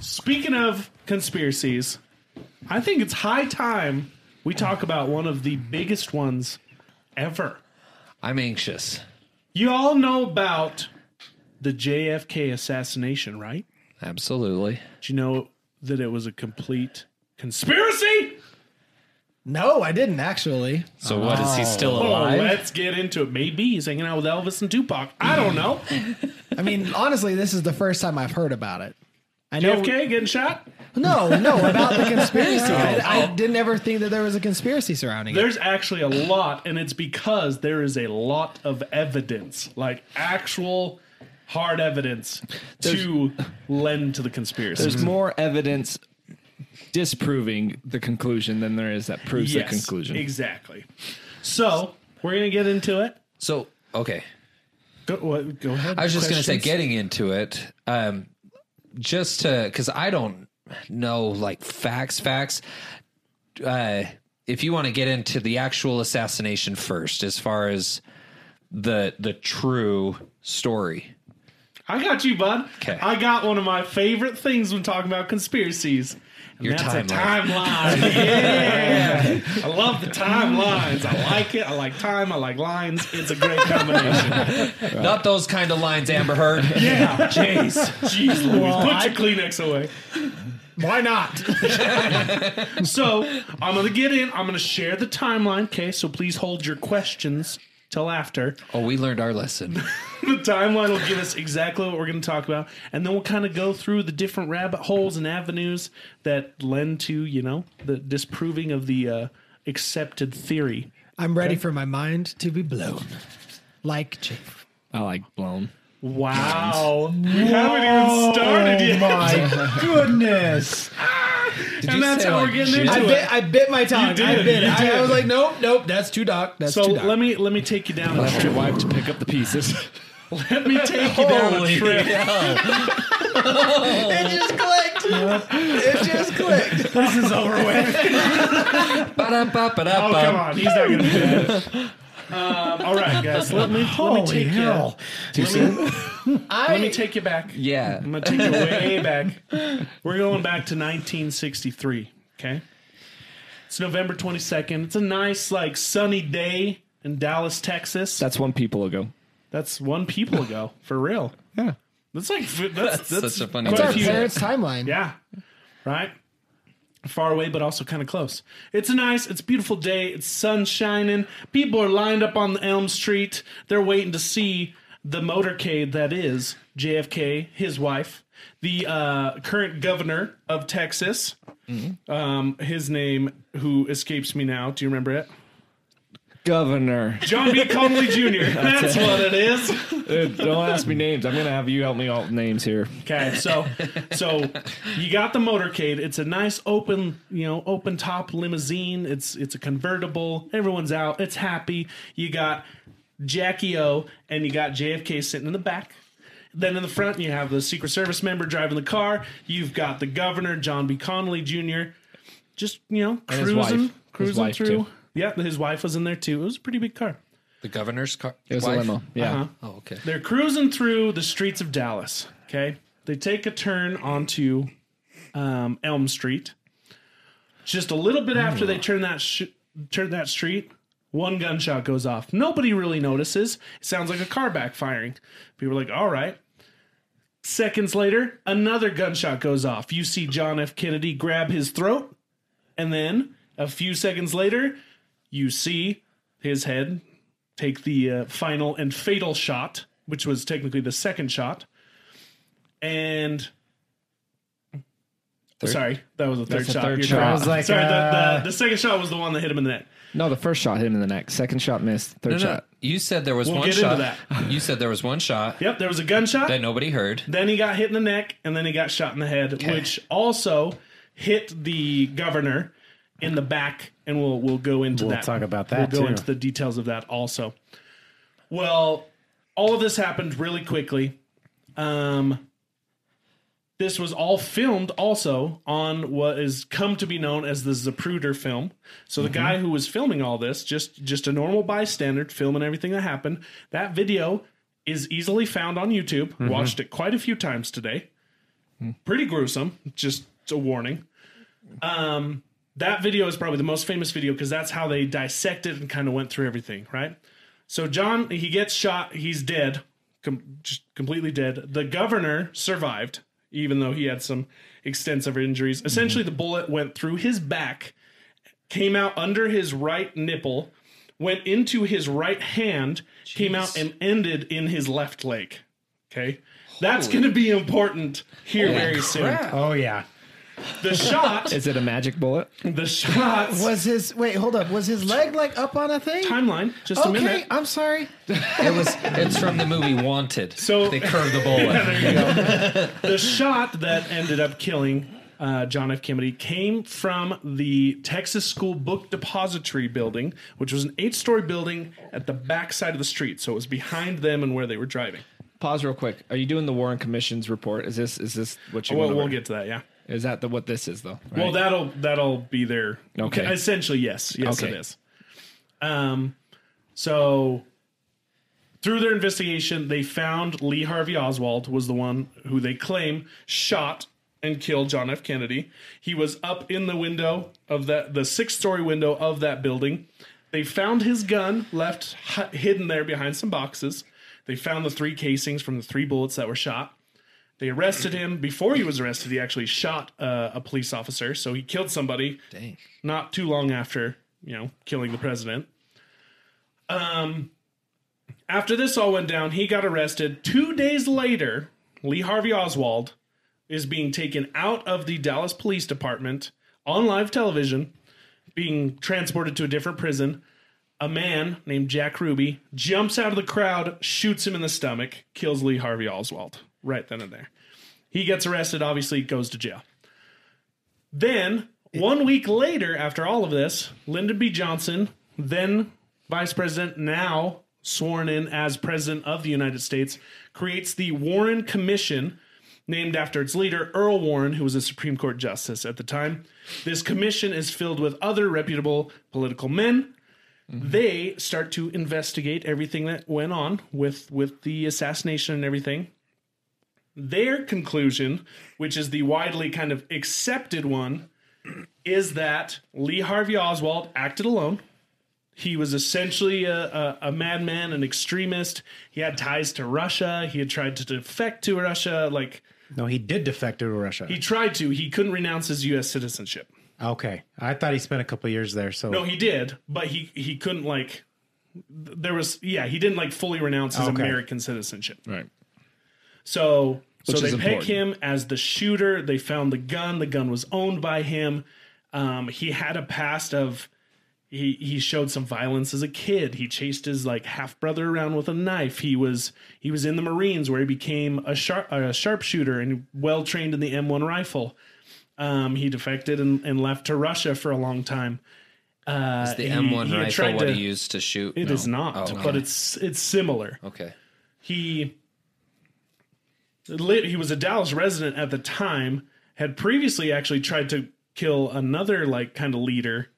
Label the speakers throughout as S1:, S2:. S1: Speaking of conspiracies, I think it's high time we talk about one of the biggest ones ever.
S2: I'm anxious.
S1: You all know about the JFK assassination, right?
S2: Absolutely.
S1: Do you know that it was a complete conspiracy?
S3: No, I didn't actually.
S2: So what is he still
S1: Oh,
S2: alive?
S1: let's get into it. Maybe he's hanging out with Elvis and Tupac. I don't know.
S3: I mean, honestly, this is the first time I've heard about it. I know.
S1: JFK getting shot?
S3: No, no, about the conspiracy.
S1: Oh.
S3: I, I didn't ever think that there was a conspiracy surrounding it.
S1: There's actually a lot, and it's because there is a lot of evidence, like actual hard evidence to lend to the conspiracy.
S4: There's more evidence disproving the conclusion than there is that proves
S1: Yes,
S4: the conclusion.
S1: Exactly. So we're going to get into it.
S2: So okay.
S1: Go, what, go ahead.
S2: I was just going to say,
S1: Questions?
S2: getting into it, um, just to because I don't know like facts, facts. Uh, if you want to get into the actual assassination first, as far as the the true story,
S1: I got you, bud.
S2: 'Kay.
S1: I got one of my favorite things when talking about conspiracies. And
S2: Your
S1: that's
S2: timeline.
S1: a timeline. yeah. I love the timelines. I like it. I like time. I like lines. It's a great combination.
S2: not those kind of lines, Amber Heard.
S1: yeah. Jeez. Jeez Louise. Put your Kleenex away.
S3: Why not?
S1: So I'm going to get in. I'm going to share the timeline. Okay. So please hold your questions till after.
S2: Oh, we learned our lesson.
S1: the timeline will give us exactly what we're going to talk about, and then we'll kind of go through the different rabbit holes and avenues that lend to you know the disproving of the uh, accepted theory.
S3: I'm ready for my mind to be blown. Like Chief.
S4: I like blown.
S1: Wow, we haven't even started yet,
S3: Oh My goodness.
S2: you
S1: and that's
S2: say,
S1: how we're
S2: like,
S1: getting
S2: jizz?
S1: into
S3: I
S1: it.
S3: bit, I bit my tongue.
S1: You did,
S3: I bit
S1: you
S3: it. I,
S1: did.
S3: I was like, nope, nope, that's too dark. That's
S1: So
S3: too dark.
S1: let me let me take you down a
S4: Your
S1: trip.
S4: wife to pick up the pieces.
S1: Let me take you down a
S2: Holy
S1: trip.
S3: it just clicked. it just clicked.
S1: This is over with. Oh come
S2: Ba-da-ba-ba-da-ba.
S1: on, he's not gonna do that. Um, all right, guys, let me let me take you.
S3: I,
S1: Let me take you back.
S2: Yeah.
S1: I'm gonna take you way back. We're going back to 1963. Okay, it's November 22nd. It's a nice, like, sunny day in Dallas, Texas.
S4: That's one people ago.
S1: That's one people ago for real.
S4: Yeah.
S1: That's like f- that's that's,
S2: That's such a funny
S1: quite
S3: it's our
S2: Thank you.
S3: parents' timeline.
S1: yeah. Right? Far away, but also kind of close. It's a nice, it's a beautiful day. It's sun shining. People are lined up on Elm Street. They're waiting to see the motorcade that is JFK, his wife, the uh, current governor of Texas. Um, his name, who escapes me now. Do you remember it?
S4: Governor.
S1: John B. Conley Jr. That's what it is.
S4: Dude, Uh, don't ask me names. I'm going to have you help me out with names here.
S1: Okay, so so you got the motorcade. It's a nice open, you know, open top limousine. It's it's a convertible. Everyone's out. It's happy. You got Jackie O and you got JFK sitting in the back. Then in the front, you have the Secret Service member driving the car. You've got the governor, John B. Connolly Jr. Just you know,
S4: his wife.
S1: cruising,
S4: His
S1: cruising
S4: wife,
S1: through.
S4: too.
S1: Yeah, his wife was in there too. It was a pretty big car.
S2: The governor's car.
S4: It was
S2: wife?
S4: a limo. Yeah.
S1: Uh-huh.
S2: Oh, okay.
S1: They're cruising through the streets of Dallas. Okay. They take a turn onto um, Elm Street. Just a little bit after they turn that sh- turn that street, one gunshot goes off. Nobody really notices. It sounds like a car backfiring. People are like, "All right." Seconds later, another gunshot goes off. You see John F. Kennedy grab his throat, and then a few seconds later, you see his head take the uh, final and fatal shot, which was technically the second shot. And sorry, that was the third
S4: the
S1: shot.
S4: third
S1: You're
S4: shot.
S1: correct.
S4: I
S3: was like,
S1: sorry, the,
S3: uh,
S1: the, the second shot was the one that hit him in the neck.
S4: No, the first shot hit him in the neck. Second shot missed. Third
S2: No, no.
S4: shot.
S2: You said there was
S1: We'll
S2: one
S1: get into
S2: shot.
S1: that.
S2: You said there was one shot
S1: Yep, there was a gunshot.
S2: that nobody heard.
S1: Then he got hit in the neck, and then he got shot in the head, which also hit the governor in the back. And we'll we'll go into that.
S5: talk about that,
S1: We'll go
S5: too.
S1: into the details of that also. Well, all of this happened really quickly. Um, this was all filmed also on what is come to be known as the Zapruder film. So the guy who was filming all this, just just a normal bystander filming everything that happened, that video is easily found on YouTube. Watched it quite a few times today. Pretty gruesome. Just a warning. Um, that video is probably the most famous video because that's how they dissected and kind of went through everything, right? So John, he gets shot. He's dead, com- just completely dead. The governor survived, even though he had some extensive injuries. Essentially, the bullet went through his back, came out under his right nipple, went into his right hand, came out and ended in his left leg. Okay, that's going to be important here very
S3: Oh yeah.
S1: soon. The shot,
S4: Is it a magic bullet?
S1: the shot
S3: Was his wait? Hold up. Was his leg like up on a thing?
S1: timeline. Just a
S3: Okay,
S1: minute.
S3: I'm sorry.
S2: It was. It's from the movie Wanted.
S1: So-
S2: they curved the bullet.
S1: the shot that ended up killing uh, John F. Kennedy came from the Texas School Book Depository building, which was an eight story building at the back side of the street. So it was behind them and where they were driving.
S4: Pause real quick. Are you doing the Warren Commission's report? Is this is this what you?
S1: Oh, We'll,
S4: went
S1: we'll
S4: over?
S1: get to that, yeah.
S4: Is that the, what this is though? Right?
S1: Well, that'll that'll be there.
S4: Okay.
S1: Essentially, yes, yes,
S4: Okay.
S1: it is. Um, so through their investigation, they found Lee Harvey Oswald was the one who they claim shot and killed John F. Kennedy. He was up in the window of that the sixth story window of that building. They found his gun left hi- hidden there behind some boxes. They found the three casings from the three bullets that were shot. They arrested him. Before he was arrested, he actually shot uh, a police officer. So he killed somebody.
S2: Dang.
S1: Not too long after, you know, killing the president. Um, after this all went down, he got arrested. Two days later, Lee Harvey Oswald is being taken out of the Dallas Police Department on live television, being transported to a different prison. A man named Jack Ruby jumps out of the crowd, shoots him in the stomach, kills Lee Harvey Oswald right then and there. He gets arrested, obviously, goes to jail. Then, one week later, after all of this, Lyndon B. Johnson, then vice president, now sworn in as president of the United States, creates the Warren Commission, named after its leader, Earl Warren, who was a Supreme Court justice at the time. This commission is filled with other reputable political men. They start to investigate everything that went on with, with the assassination and everything their conclusion, which is the widely kind of accepted one, is that Lee Harvey Oswald acted alone. He was essentially a, a, a madman, an extremist. He had ties to Russia. He had tried to defect to Russia. Like,
S3: No, he did defect to Russia.
S1: he tried to, he couldn't renounce his U.S. citizenship.
S3: okay, I thought he spent a couple years there. So
S1: No, he did, but he, he couldn't, like, th- there was, yeah, he didn't, like, fully renounce his
S3: Oh, Okay.
S1: American citizenship.
S4: right.
S1: So
S4: Which
S1: so
S4: is
S1: they pick
S4: important.
S1: him as the shooter. They found the gun. The gun was owned by him. Um, he had a past of he he showed some violence as a kid. He chased his like half brother around with a knife. He was he was in the Marines where he became a sharp a sharpshooter and well trained in the M1 rifle. Um, he defected and, and left to Russia for a long time. Uh,
S2: The
S1: he-
S2: M1
S1: he had
S2: rifle.
S1: tried
S2: What
S1: to-
S2: he used to shoot.
S1: It is not,
S2: Oh,
S1: but
S2: okay.
S1: it's it's similar
S2: okay.
S1: he lit, he was a Dallas resident at the time had previously actually tried to kill another like kind of leader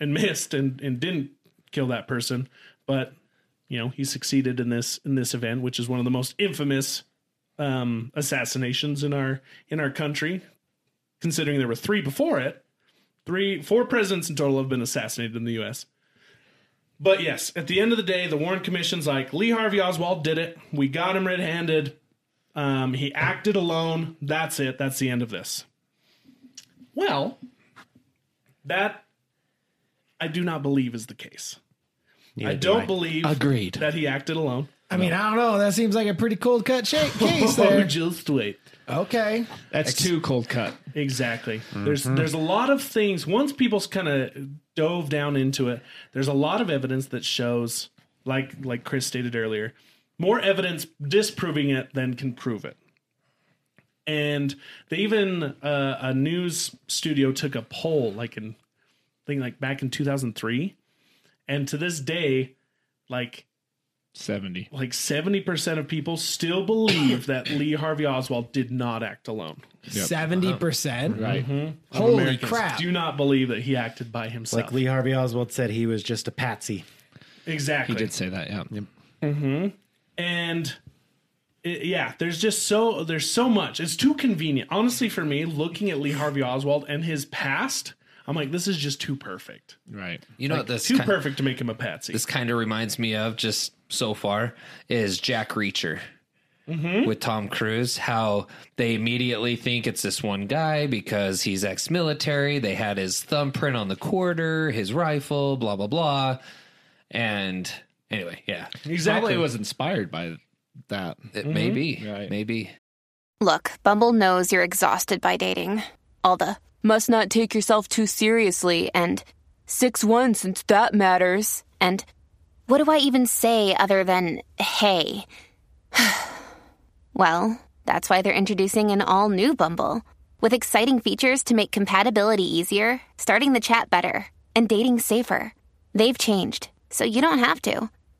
S1: and missed and and didn't kill that person but you know he succeeded in this in this event which is one of the most infamous um assassinations in our in our country considering there were three before it three four presidents in total have been assassinated in the US but yes, at the end of the day, the Warren Commission's like Lee Harvey Oswald did it. We got him red-handed. Um, he acted alone. That's it. That's the end of this. Well, that I do not believe is the case. I don't believe
S4: Agreed.
S1: that he acted alone.
S3: I mean, I don't know. That seems like a pretty cold cut shape case
S1: Oh,
S3: there.
S1: just wait.
S3: Okay.
S4: That's too cold cut.
S1: Exactly. There's there's a lot of things. Once people's kind of dove down into it, there's a lot of evidence that shows, like like Chris stated earlier, more evidence disproving it than can prove it. And they even uh, a news studio took a poll, like in thing like back in 2003, and to this day, like
S4: Seventy.
S1: like 70% of people still believe that Lee Harvey Oswald did not act alone.
S3: Seventy percent. Mm-hmm.
S4: Right.
S3: Holy
S1: Americans
S3: crap!
S1: do not believe that he acted by himself.
S5: Like Lee Harvey Oswald said, he was just a patsy.
S1: exactly. Mm-hmm.
S4: He did say that. Yeah.
S1: And it- yeah, there's just so there's so much. It's too convenient, honestly, for me. Looking at Lee Harvey Oswald and his past, I'm like, this is just too perfect,
S4: Right.
S2: You know what this
S1: too
S2: kind,
S1: perfect to make him a patsy.
S2: this kind of reminds me of just so far is Jack Reacher with Tom Cruise. How they immediately think it's this one guy because he's ex-military. They had his thumbprint on the quarter, his rifle, blah blah blah. And anyway, yeah,
S1: exactly.
S4: Probably was inspired by that.
S2: it may be,
S4: Right.
S2: maybe.
S6: Look, Bumble knows you're exhausted by dating. All the must not take yourself too seriously and 6 1 since that matters. And what do I even say other than hey? well, that's why they're introducing an all new Bumble with exciting features to make compatibility easier, starting the chat better, and dating safer. They've changed, so you don't have to.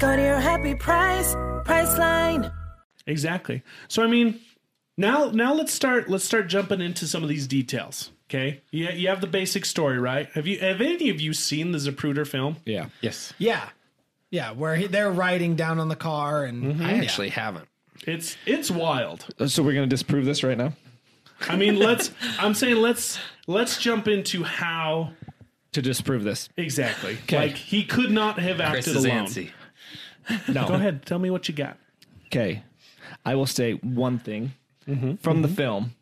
S7: Go to your happy price, Priceline.
S1: Exactly. So I mean, now now let's start let's start jumping into some of these details. Okay, you, you have the basic story, right? Have you have any of you seen the Zapruder film?
S4: Yeah.
S5: Yes.
S3: Yeah. Yeah, where he, they're riding down on the car and
S2: I actually haven't.
S1: It's it's wild.
S4: Uh, So we're going to disprove this right now?
S1: I mean, let's I'm saying let's let's jump into how
S4: To disprove this.
S1: exactly like he could not have
S2: Chris
S1: acted
S2: is
S1: alone.
S2: antsy.
S4: No.
S1: Go ahead, tell me what you got.
S4: Okay. I will say one thing from the film.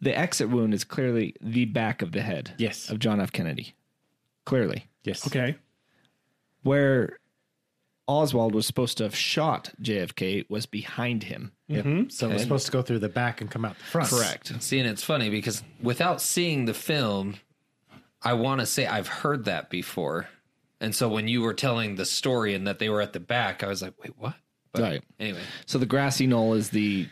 S4: The exit wound is clearly the back of the head
S5: Yes.
S4: of John F. Kennedy. Clearly.
S5: Yes.
S1: Okay,
S4: Where Oswald was supposed to have shot JFK was behind him.
S5: So it was supposed to go through the back and come out the front.
S4: Correct.
S2: See, and it's funny because without seeing the film, I want to say I've heard that before. And so when you were telling the story and that they were at the back, I was like, wait, what? But
S4: Right.
S2: Anyway,
S4: So the grassy knoll is the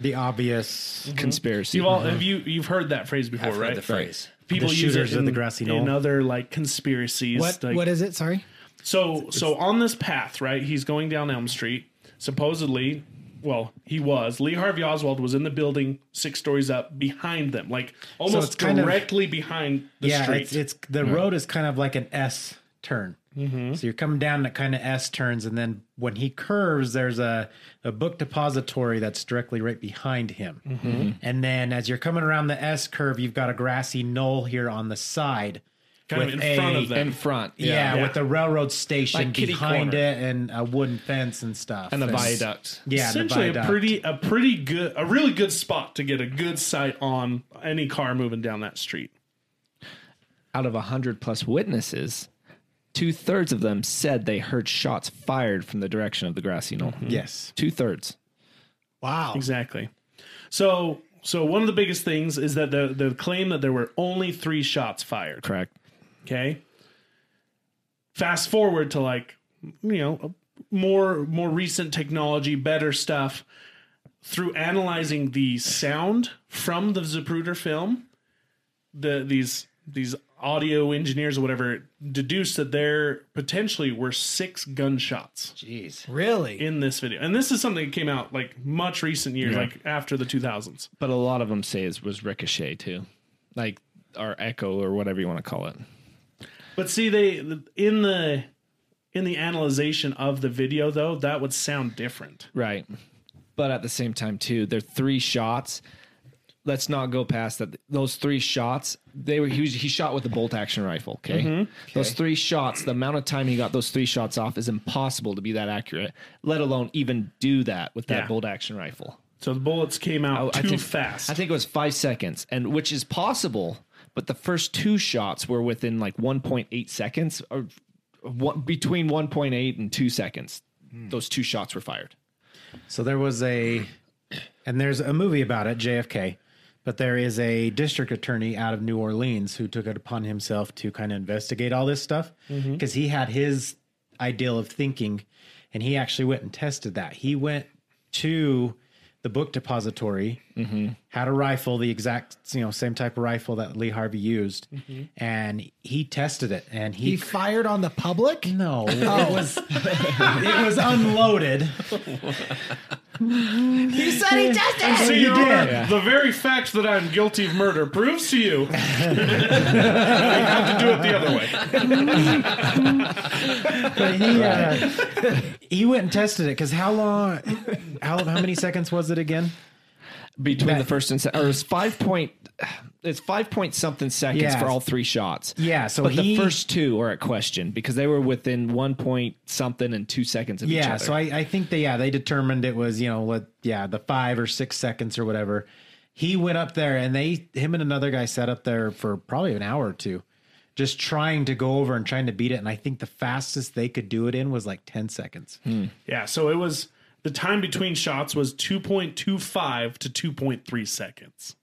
S5: The obvious
S4: conspiracy.
S1: you've all have you you've heard that phrase before,
S2: I've heard
S1: right?
S2: the phrase.
S1: People
S5: The
S1: use
S5: shooters
S1: it
S5: of
S1: in,
S5: the grassy knoll.
S1: in other like conspiracies.
S3: what
S1: like,
S3: what is it? Sorry.
S1: So so on this path, right? He's going down Elm Street. Supposedly, well, he was. Lee Harvey Oswald was in the building six stories up behind them, like almost
S5: it's kind of-
S1: directly behind the
S5: yeah,
S1: street.
S5: it's, it's the road is kind of like an S turn.
S3: Mm-hmm.
S5: So you're coming down that kind of S turns, and then when he curves, there's a, a book depository that's directly right behind him.
S3: Mm-hmm.
S5: And then as you're coming around the S curve, you've got a grassy knoll here on the side,
S1: kind of in
S5: with
S1: front
S5: a-
S1: of them.
S4: in front.
S5: yeah,
S1: Yeah.
S5: with the railroad station
S1: Like kitty
S5: behind
S1: corner.
S5: it and a wooden fence and stuff,
S4: And the viaduct.
S5: Yeah, and the
S1: Essentially, a
S5: viaduct.
S1: pretty, a pretty good, a really good spot to get a good sight on any car moving down that street.
S4: Out of 100 plus witnesses, two thirds of them said they heard shots fired from the direction of the grassy knoll.
S5: yes.
S4: Two thirds.
S3: Wow.
S1: Exactly. So, so one of the biggest things is that the the claim that there were only three shots fired.
S4: Correct.
S1: Okay. Fast forward to like, you know, more more recent technology, better stuff. Through analyzing the sound from the Zapruder film, the these these audio engineers or whatever deduced that there potentially were six gunshots
S2: jeez.
S3: Really?
S1: in this video. And this is something that came out like much recent years,
S4: Yeah.
S1: like after the two thousands.
S4: But a lot of them say it was ricochet too, like or echo or whatever you want to call it.
S1: But see, they in the in the analyzation of the video though, that would sound different.
S4: Right. But at the same time too, they're three shots. Let's not go past that. Those three shots, they were he, was, he shot with a bolt action rifle. Mm-hmm. Okay? those three shots. The amount of time he got those three shots off is impossible to be that accurate. Let alone even do that with that
S1: Yeah.
S4: bolt action rifle.
S1: So the bullets came
S4: Oh,
S1: out
S4: I
S1: too
S4: think-
S1: fast.
S4: I think it was five seconds, and which is possible. But the first two shots were within like 1.8 seconds, or one, between 1.8 and two seconds.
S5: Hmm.
S4: Those two shots were fired.
S5: So there was a, and there's a movie about it, JFK, but there is a district attorney out of New Orleans who took it upon himself to kind of investigate all this stuff because he had his ideal of thinking and he actually went and tested that. He went to the book depository, had a rifle, the exact you know same type of rifle that Lee Harvey used, and he tested it, and he,
S3: He fired on the public.
S5: no, it was it was unloaded.
S8: You said he tested
S1: So,
S8: it.
S1: Your Honor, the very fact that I'm guilty of murder proves to you I have to do it the other way.
S5: But he uh, he went and tested it because how long, how how many seconds was it again?
S4: between the first and second. Or it's five point. It's five point something seconds
S5: Yeah.
S4: for all three shots.
S5: Yeah, so
S4: but the
S5: he-
S4: first two are at question because they were within one point something and two seconds of each
S5: Yeah,
S4: other.
S5: so I, I think they yeah they determined it was you know what yeah the five or six seconds or whatever. He went up there and they him and another guy sat up there for probably an hour or two, just trying to go over and trying to beat it. And I think the fastest they could do it in was like ten seconds.
S4: Hmm.
S1: Yeah, so it was the time between shots was 2.25 to 2.3 seconds.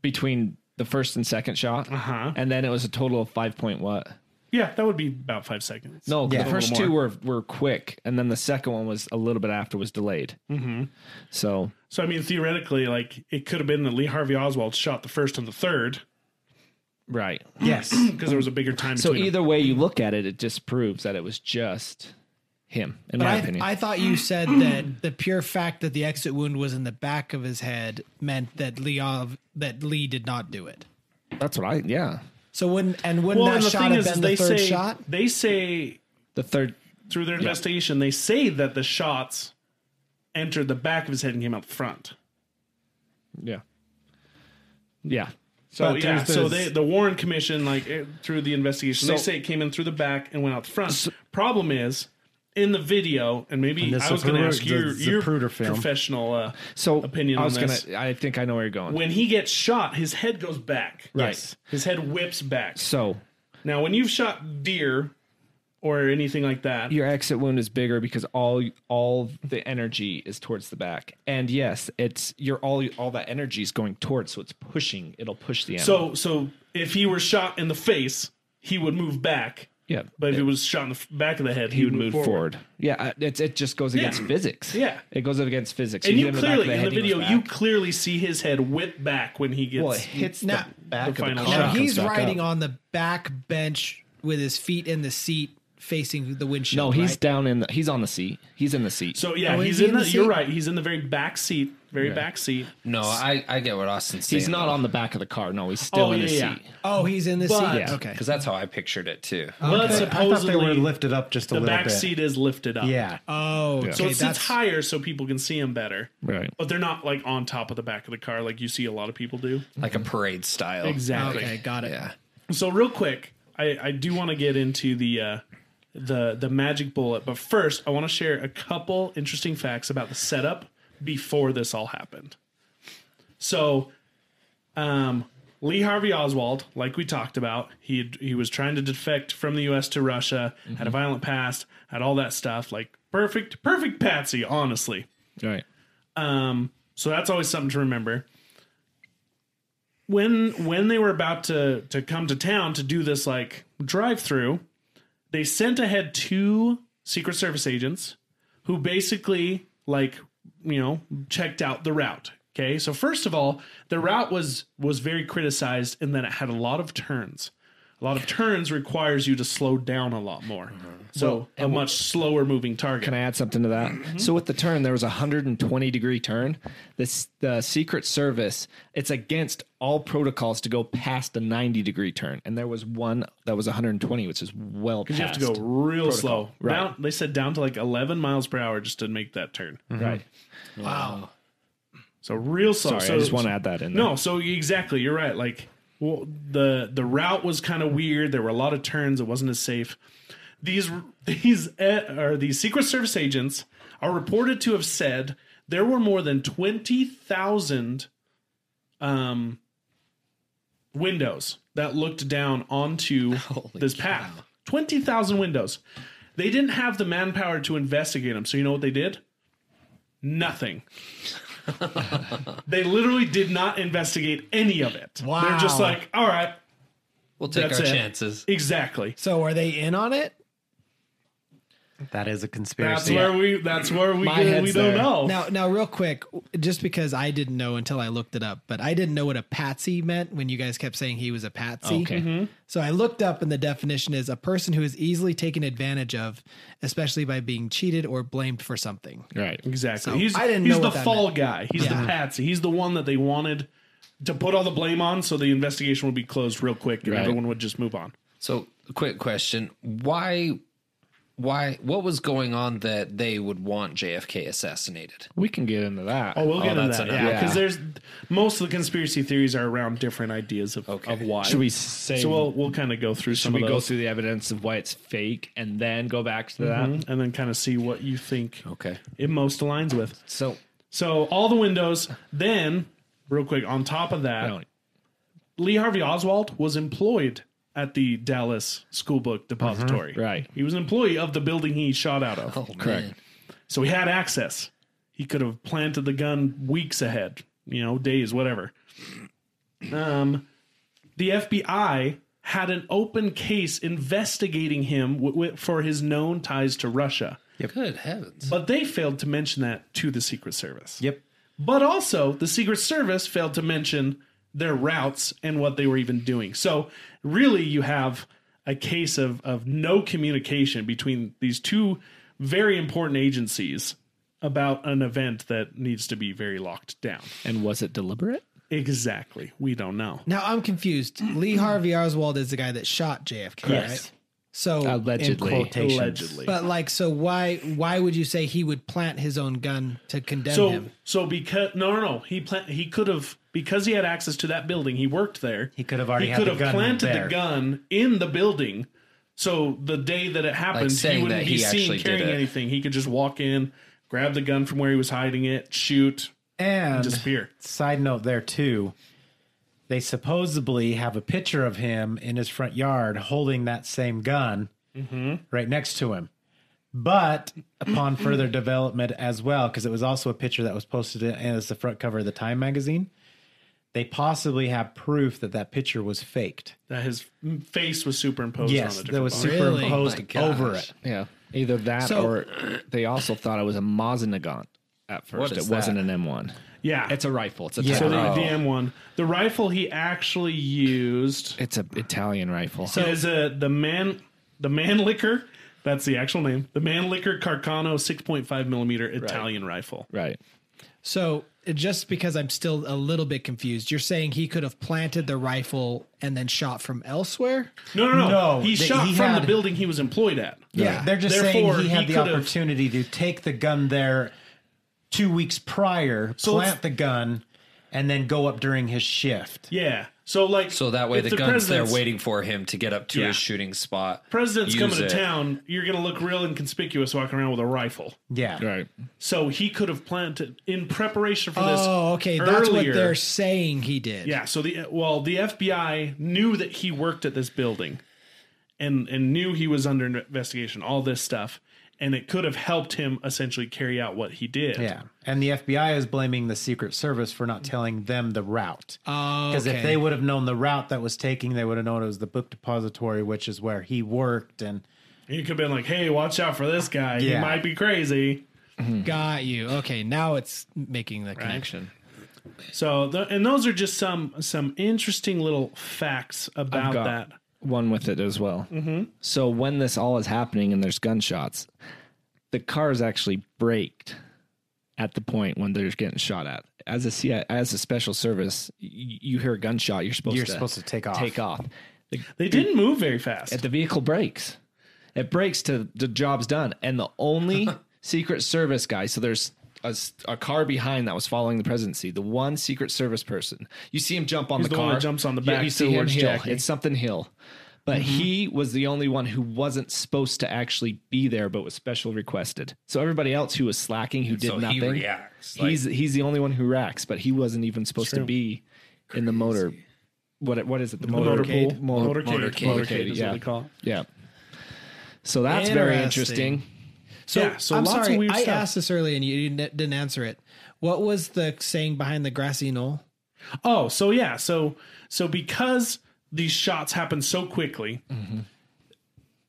S4: between the first and second shot,
S1: Uh-huh.
S4: and then it was a total of five point what?
S1: Yeah, that would be about five seconds.
S4: No,
S5: Yeah.
S4: the
S5: A
S4: first
S1: little
S4: two were were quick, and then the second one was a little bit after was delayed. Mm-hmm. So
S1: So I mean, theoretically, like it could have been that Lee Harvey Oswald shot the first and the third
S4: right.
S5: Yes,
S1: because there was a bigger time.
S4: So
S1: between them.
S4: either way you look at it, it just proves that it was just him, in
S3: But
S4: my
S3: I,
S4: opinion.
S3: I thought you said that the pure fact that the exit wound was in the back of his head meant that Lee of, that Lee did not do it.
S4: That's what I yeah.
S3: So wouldn't and wouldn't
S1: well,
S3: that
S1: and the
S3: shot
S1: thing
S3: have
S1: is, is
S3: been
S1: they
S3: the third
S1: say
S3: shot?
S1: they say
S4: The third
S1: through their investigation, they say that the shots entered the back of his head and came out the front.
S4: Yeah. Yeah.
S1: So
S5: But
S1: Oh, yeah,
S5: there's
S1: so
S5: this-
S1: they the Warren Commission like it, through the investigation, they say it came in through the back and went out the front. Problem is. In the video, and maybe
S5: And the
S1: I was going to
S5: Zapruder-
S1: ask your,
S5: the
S1: your
S5: Zapruder film.
S1: professional uh,
S4: So
S1: opinion
S4: I was
S1: on this.
S4: gonna I think I know where you're going.
S1: When he gets shot, his head goes back.
S4: Right.
S1: His head whips back.
S4: so
S1: Now, when you've shot deer or anything like that,
S4: your exit wound is bigger because all all the energy is towards the back. And yes, it's your all all that energy is going towards, so it's pushing. It'll push the
S1: so
S4: animal.
S1: so if he were shot in the face, he would move back.
S4: yeah,
S1: But if he was shot in the f- back of the head, he, would move, forward.
S4: Yeah, I- it's it just goes against physics.
S1: Yeah.
S4: it goes against physics.
S1: And
S4: hit
S1: you
S4: him
S1: clearly
S4: back
S1: in the
S4: of head, he
S1: video,
S4: goes
S1: you
S4: back.
S1: clearly see his head whip back when he gets
S4: well, it hits
S3: Now-
S4: the back of the
S1: final
S4: car.
S3: Now
S1: shot.
S3: he's
S5: comes back
S3: riding
S5: up.
S3: on the back bench with his feet in the seat facing the windshield.
S4: No, he's
S3: right?
S4: down in the. He's on the seat. He's in the seat.
S1: So yeah,
S3: Oh, is
S1: he's
S3: he
S1: in
S3: in
S1: the.
S3: the
S1: you're
S3: seat?
S1: right. He's in the very back seat, very back seat.
S2: No, I, I get what Austin's saying.
S4: he's not on the back of the car. No, he's still
S1: Oh,
S4: in
S1: yeah,
S4: the
S1: yeah.
S4: seat.
S3: Oh, he's in the
S1: But-
S3: seat.
S1: Yeah.
S3: Okay.
S2: because that's how I pictured it too.
S1: But
S5: I thought they were
S1: supposedly
S5: lifted up just a
S1: the Uh,
S5: little
S1: back
S5: bit.
S1: seat is lifted up.
S5: Yeah,
S3: Oh, okay.
S1: So it sits
S3: that's
S1: higher so people can see him better.
S4: Right.
S1: But they're not like on top of the back of the car like you see a lot of people do.
S2: Like a parade style.
S1: Exactly.
S3: okay. Got it.
S2: Yeah.
S1: So real quick, I, I do want to get into the uh, the the magic bullet, but first I want to share a couple interesting facts about the setup before this all happened. So, um, Lee Harvey Oswald, like we talked about, he had- he was trying to defect from the U.S. to Russia, had a violent past, had all that stuff. Like perfect, perfect patsy, honestly.
S4: Right.
S1: Um, so that's always something to remember. When when they were about to to come to town to do this like drive through, they sent ahead two Secret Service agents who basically like you know checked out the route. Okay, so first of all, the route was was very criticized in that it had a lot of turns. A lot of turns requires you to slow down a lot more, so a much slower moving target.
S4: Can I add something to that?
S1: Mm-hmm.
S4: So with the turn, there was a 120 degree turn. This the Secret Service. It's against all protocols to go past a 90 degree turn, and there was one that was 120, which is well.
S1: You have
S4: past.
S1: to go real slow. Down, they said down to like 11 miles per hour just to make that turn.
S4: Right.
S1: So real slow.
S4: Mm-hmm. Sorry,
S1: so
S4: I just want to add that in.
S1: No, so exactly, you're right. Like well, the the route was kind of weird. There were a lot of turns. It wasn't as safe. These these eh, or these Secret Service agents are reported to have said there were more than 20,000 um windows that looked down onto this path. 20,000 windows. They didn't have the manpower to investigate them. So you know what they did? Nothing. They literally did not investigate any of it. They're just
S3: Wow.
S1: like, all right,
S2: We'll take
S1: That's
S2: our
S1: it.
S2: chances.
S1: exactly.
S3: So are they in on it?
S5: That is a
S1: That's
S5: conspiracy.
S1: where we. That's where we.
S4: My
S1: we
S4: head's
S1: don't
S4: there.
S1: know.
S3: Now, now, real quick, just because I didn't know until I looked it up, but I didn't know what a patsy meant when you guys kept saying he was a patsy.
S4: Okay.
S1: Mm-hmm.
S3: So I looked up, and the definition is a person who is easily taken advantage of, especially by being cheated or blamed for something.
S4: Right.
S1: exactly.
S3: So,
S1: he's
S3: I didn't
S1: he's
S3: know
S1: the
S3: what that
S1: fall
S3: meant.
S1: guy. He's
S3: Yeah.
S1: the patsy. He's the one that they wanted to put all the blame on, so the investigation would be closed real quick, and
S4: Right.
S1: everyone would just move on.
S2: So, quick question: Why, why, what was going on that they would want JFK assassinated?
S4: We can get into that.
S1: Oh, we'll get into
S2: that's
S1: that.
S2: another-
S1: Yeah, because
S4: yeah.
S1: there's most of the conspiracy theories are around different ideas of, of why.
S4: Should we say?
S1: So we'll we'll kind of go through
S4: should
S1: some
S4: we
S1: of
S4: go
S1: those,
S4: through the evidence of why it's fake and then go back to that?
S1: and then kind of see what you think
S2: Okay.
S1: it most aligns with.
S2: So,
S1: So all the windows. Then, real quick, on top of that,
S4: Don't-
S1: Lee Harvey Oswald was employed at the Dallas School Book Depository.
S4: right. Oh,
S1: He was an employee of the building he shot out of.
S2: correct.
S1: So he had access. He could have planted the gun weeks ahead, you know, days, whatever. Um, the FBI had an open case investigating him w- w- for his known ties to Russia,
S2: Good heavens!
S1: but they failed to mention that to the Secret Service.
S5: Yep.
S1: But also, the Secret Service failed to mention their routes and what they were even doing. So, really, you have a case of, of no communication between these two very important agencies about an event that needs to be very locked down.
S4: And was it deliberate?
S1: Exactly. We don't know.
S3: Now I'm confused. Lee
S1: Mm-hmm.
S3: Harvey Oswald is the guy that shot JFK, right? So,
S4: Allegedly.
S5: Quotations.
S1: Allegedly.
S3: but like, so why why would you say he would plant his own gun to condemn
S1: so,
S3: him?
S1: so because no, no, no, he plant he could have because he had access to that building. He worked there.
S5: He could have already
S1: he
S5: had
S1: could
S5: the
S1: have
S5: gun
S1: planted
S5: there.
S1: the gun in the building. So the day that it happened,
S2: saying
S1: he wouldn't
S2: that
S1: be
S2: he
S1: seen
S2: actually did
S1: carrying
S2: it.
S1: anything. He could just walk in, grab the gun from where he was hiding it, shoot,
S5: And
S1: disappear.
S5: side note there too, they supposedly have a picture of him in his front yard holding that same gun
S1: Mm-hmm.
S5: right next to him. But upon further development as well, because it was also a picture that was posted as the front cover of the Time magazine, they possibly have proof that that picture was faked.
S1: That his face was superimposed. on
S5: Yes,
S1: a
S5: that
S1: different
S5: was
S1: body.
S3: Really?
S5: superimposed
S2: Oh my
S5: over
S2: gosh.
S5: it.
S4: Yeah. Either that
S3: So-
S4: or they also thought it was a Mazinagant at first.
S2: What
S4: it
S2: is
S4: wasn't
S2: that?
S4: an M1.
S1: yeah.
S4: It's a rifle. It's a
S1: so the,
S4: type of
S1: the
S4: rifle.
S1: M one, the rifle he actually used
S4: It's an Italian rifle.
S1: is a the man the man liquor. That's the actual name. The Manlicker Carcano 6.5 millimeter Italian rifle.
S4: right.
S3: So it- just because I'm still a little bit confused, you're saying he could have planted the rifle and then shot from elsewhere?
S1: No, no, no.
S5: No,
S1: he
S5: they-
S1: shot
S5: he
S1: from the
S5: had-
S1: building he was employed at.
S5: Yeah, they're just
S1: Therefore,
S5: saying he had
S1: he
S5: the
S1: could have-
S5: opportunity to take the gun there two weeks prior,
S1: So let's-
S5: plant the gun, and then go up during his shift.
S1: Yeah. So like
S2: So that way
S1: if
S2: the, gun's there
S1: president's-
S2: waiting for him to get up to
S1: Yeah.
S2: his shooting spot.
S1: President's
S2: use
S1: coming to
S2: it.
S1: town, you're gonna look real inconspicuous walking around with a rifle.
S5: Yeah,
S4: Right.
S1: So he could have planted in preparation for this.
S3: Oh, okay. That's what they're saying he did.
S1: Yeah. So the well, the FBI knew that he worked at this building, and and knew he was under investigation. All this stuff, and it could have helped him essentially carry out what he did.
S5: yeah. And the FBI is blaming the Secret Service for not telling them the route. Because
S3: okay.
S5: if they would have known the route that was taking, they would have known it was the book depository, which is where he worked. And
S1: He could have been like, "Hey, watch out for this guy. He
S5: Yeah.
S1: might be crazy."
S3: Got you. Okay. Now it's making the connection.
S1: So, th and those are just some some interesting little facts about
S4: got-
S1: that.
S4: One with it as well. Mm-hmm. So when this all is happening and there's gunshots, the car is actually braked at the point when they're getting shot at. As a CIA, as a special service, y- you hear a gunshot, you're supposed
S5: you're
S4: to
S5: supposed to take off.
S4: take off. The,
S1: They didn't move very fast.
S4: the vehicle breaks. It breaks to the job's done. And the only Secret Service guy, so there's a, s- a car behind that was following the presidency, the one Secret Service person. You see him jump on
S1: He's
S4: the,
S1: the
S4: car.
S1: one that jumps on the
S4: Yeah,
S1: back
S4: you see him
S1: towards
S4: hill.
S1: Jackie.
S4: It's something hill. But
S1: Mm-hmm.
S4: he was the only one who wasn't supposed to actually be there, but was special requested. So everybody else who was slacking, who did
S2: So he
S4: nothing,
S2: reacts, like-
S4: he's he's the only one who reacts, but he wasn't even supposed to be in the motor. What what is it? The,
S1: The motor
S4: motorcade?
S1: pool.
S4: Motor-
S1: motorcade, motorcade,
S2: motorcade,
S1: is
S4: yeah.
S1: what they call it.
S4: yeah. So that's very
S3: Interesting.
S4: interesting.
S3: So,
S1: Yeah, so
S3: I'm
S1: lots of
S3: sorry.
S1: weird
S3: I
S1: stuff.
S3: asked this earlier and you didn't didn't answer it. What was the saying behind the grassy knoll?
S1: Oh, so yeah, so so because these shots happen so quickly,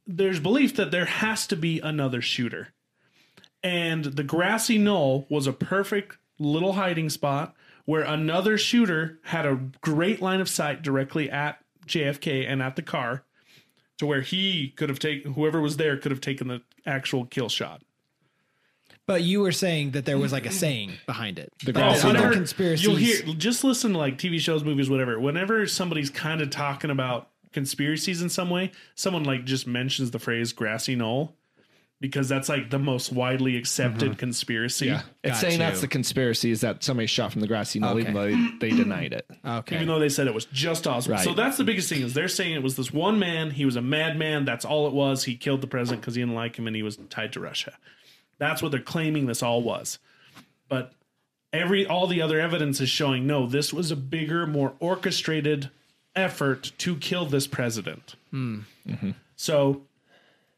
S1: there's belief that there has to be another shooter. And the grassy knoll was a perfect little hiding spot where another shooter had a great line of sight directly at JFK and at the car to where he could have taken whoever was there could have taken the actual kill shot.
S3: But you were saying that there was like a saying behind it. The
S1: Oh,
S3: like,
S1: whenever-
S3: other conspiracies.
S1: You'll hear just listen to like TV shows, movies, whatever. Whenever somebody's kind of talking about conspiracies in some way, someone like just mentions the phrase grassy knoll because that's like the most widely accepted conspiracy.
S4: It's
S3: Got
S4: saying that's
S3: you.
S4: the conspiracy is that somebody shot from the grassy knoll, even though they, they denied it.
S5: Uh,
S3: okay.
S1: Even though they said it was just Oswald. So
S4: Right.
S1: that's the biggest thing is they're saying it was this one man. He was a madman. That's all it was. He killed the president because he didn't like him and he was tied to Russia. That's what they're claiming this all was. But every all the other evidence is showing no, this was a bigger, more orchestrated effort to kill this president. So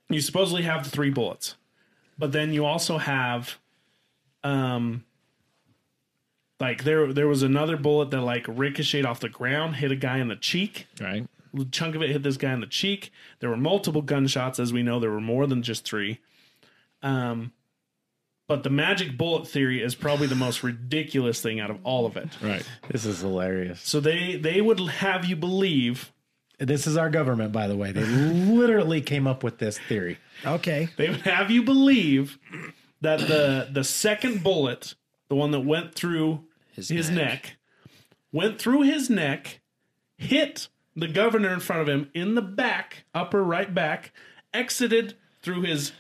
S1: you supposedly have the three bullets, but then you also have um like there there was another bullet that like ricocheted off the ground, hit a guy in the cheek.
S4: Right.
S1: A chunk of it hit this guy in the cheek. There were multiple gunshots, as we know, there were more than just three. Um but the magic bullet theory is probably the most ridiculous thing out of all of it.
S4: Right.
S5: This is hilarious.
S1: So they they would have you believe
S5: This is our government, by the way. They literally came up with this theory.
S3: okay.
S1: They would have you believe that the the second bullet, the one that went through his, neck. went through his neck, hit the governor in front of him in the back, upper right back, exited through his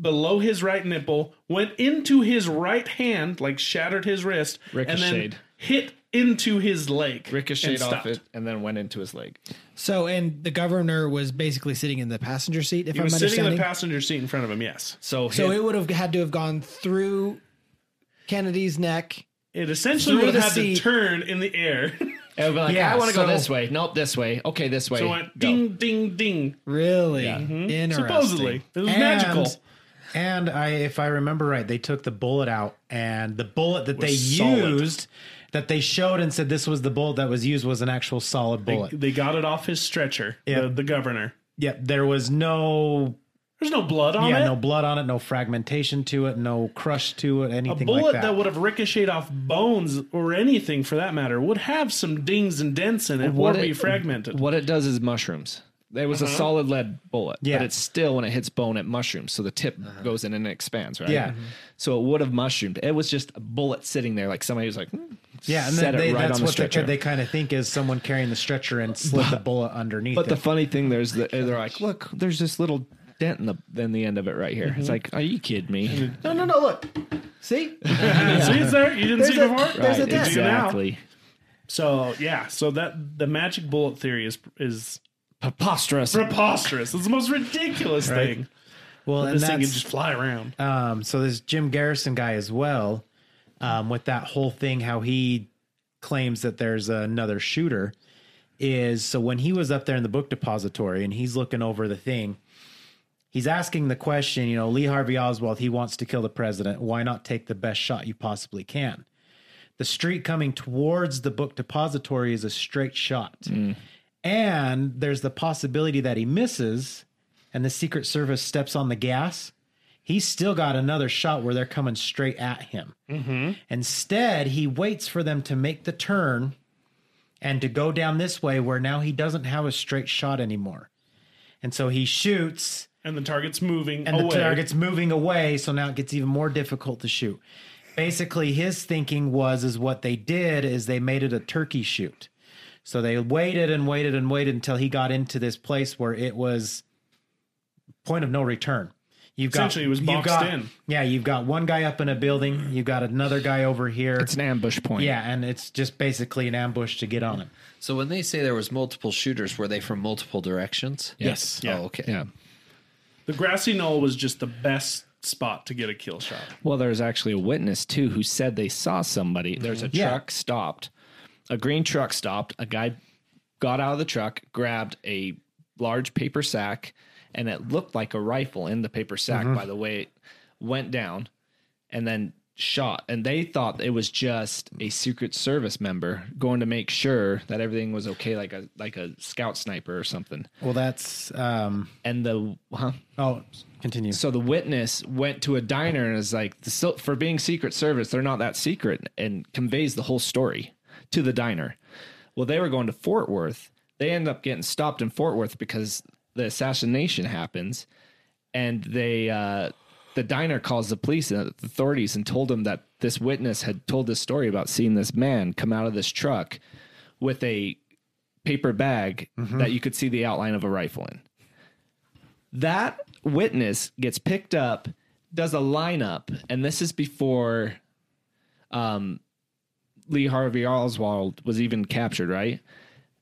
S1: below his right nipple, went into his right hand, like shattered his wrist, and
S4: Ricocheted.
S1: then hit into his leg.
S4: Ricocheted
S1: and
S4: off
S1: stopped.
S4: it and then went into his leg.
S3: So and the governor was basically sitting in the passenger seat, if
S1: He
S3: I'm
S1: was sitting in
S3: understanding.
S1: the passenger seat in front of him, yes.
S4: So,
S3: so
S4: hit-
S3: it would have had to have gone through Kennedy's neck.
S1: It essentially
S3: Through
S1: would
S3: the
S1: have had to
S3: seat.
S1: turn in the air.
S4: it would be like,
S5: Yeah,
S4: I want to
S5: so-
S4: go this way. Nope, this way. Okay, this way.
S1: So it went
S4: Go.
S1: ding, ding, ding.
S3: Really? Interesting.
S1: Mm-hmm. Supposedly, it was
S5: And-
S1: magical.
S5: And I, if I remember right, they took the bullet out, and the bullet that they
S1: solid.
S5: used, that they showed and said this was the bullet that was used, was an actual solid bullet.
S1: They got it off his stretcher.
S5: Yeah.
S1: The, the governor.
S5: yep, there was no,
S1: There's no blood on
S5: yeah,
S1: it.
S5: no blood on it, no fragmentation to it, no crush to it,
S1: a
S5: anything
S1: bullet
S5: like
S1: that.
S5: that.
S1: would have ricocheted off bones or anything for that matter would have some dings and dents in it
S4: What
S1: or
S4: it-
S1: be fragmented.
S4: What it does is mushrooms. There was a solid lead bullet,
S5: Uh-huh. Yeah. Uh-huh.
S4: but it's still when it hits bone, it mushrooms. So the tip goes in and it expands, right?
S5: Yeah. Mhm.
S4: So it would have mushroomed. It was just a bullet sitting there, like somebody was like, hmm,
S5: yeah, and
S4: set
S5: then
S4: it
S5: they,
S4: right
S5: that's
S4: on the
S5: what
S4: stretcher.
S5: they, they kind of think is someone carrying the stretcher and slid the bullet underneath.
S4: But the
S5: it.
S4: funny thing, there's the, they're like, look, there's this little dent in the in the end of it right here.
S3: Mm-hmm.
S4: It's like, are you kidding me?
S3: No, no, no. Look, see,
S1: see it's there? You didn't see
S3: a-
S1: before?
S3: there's a
S1: You
S3: dent.
S1: do now.
S4: exactly.
S1: So yeah, so that the magic bullet theory is is
S4: Preposterous.
S1: preposterous. It's the most ridiculous
S5: Right.
S1: thing.
S5: well, and
S1: This thing can
S5: that's-
S1: just fly around.
S5: um, so this Jim Garrison guy as well, um, with that whole thing, how he claims that there's another shooter is so when he was up there in the book depository and he's looking over the thing, he's asking the question, you know, Lee Harvey Oswald, he wants to kill the president. Why not take the best shot you possibly can? The street coming towards the book depository is a straight shot. And there's the possibility that he misses and the Secret Service steps on the gas he's still got another shot where they're coming straight at him. Instead, he waits for them to make the turn and to go down this way where now he doesn't have a straight shot anymore. And so he shoots
S1: And the target's moving
S5: and
S1: away.
S5: the target's moving away, so now it gets even more difficult to shoot. Basically, his thinking was is what they did is they made it a turkey shoot. So they waited and waited and waited until he got into this place where it was point of no return. You've got,
S1: Essentially, it was
S5: you've
S1: boxed
S5: got-
S1: in. Mm.
S5: Yeah, you've got one guy up in a building, you've got another guy over here.
S4: It's an ambush point.
S5: yeah, and it's just basically an ambush to get on him.
S2: So when they say there was multiple shooters, were they from multiple directions?
S4: Yes.
S2: Oh, okay.
S4: Yeah.
S1: the grassy knoll was just the best spot to get a kill shot.
S4: Well, there's actually a witness too who said they saw somebody. There's a
S5: Yeah.
S4: truck stopped, a green truck stopped. A guy got out of the truck, grabbed a large paper sack, and it looked like a rifle in the paper sack. By the way, it went down, and then shot and they thought it was just a secret service member going to make sure that everything was okay like a like a scout sniper or something
S5: Well, that's um.
S4: and the huh
S5: Oh, continue.
S4: so the witness went to a diner and is like the sil- for being secret service they're not that secret and conveys the whole story to the diner well they were going to fort worth they end up getting stopped in fort worth because the assassination happens and they uh the diner calls the police and the authorities and told them that this witness had told this story about seeing this man come out of this truck with a paper bag that you could see the outline of a rifle in that witness gets picked up, does a lineup, and this is before um, Lee Harvey Oswald was even captured, right?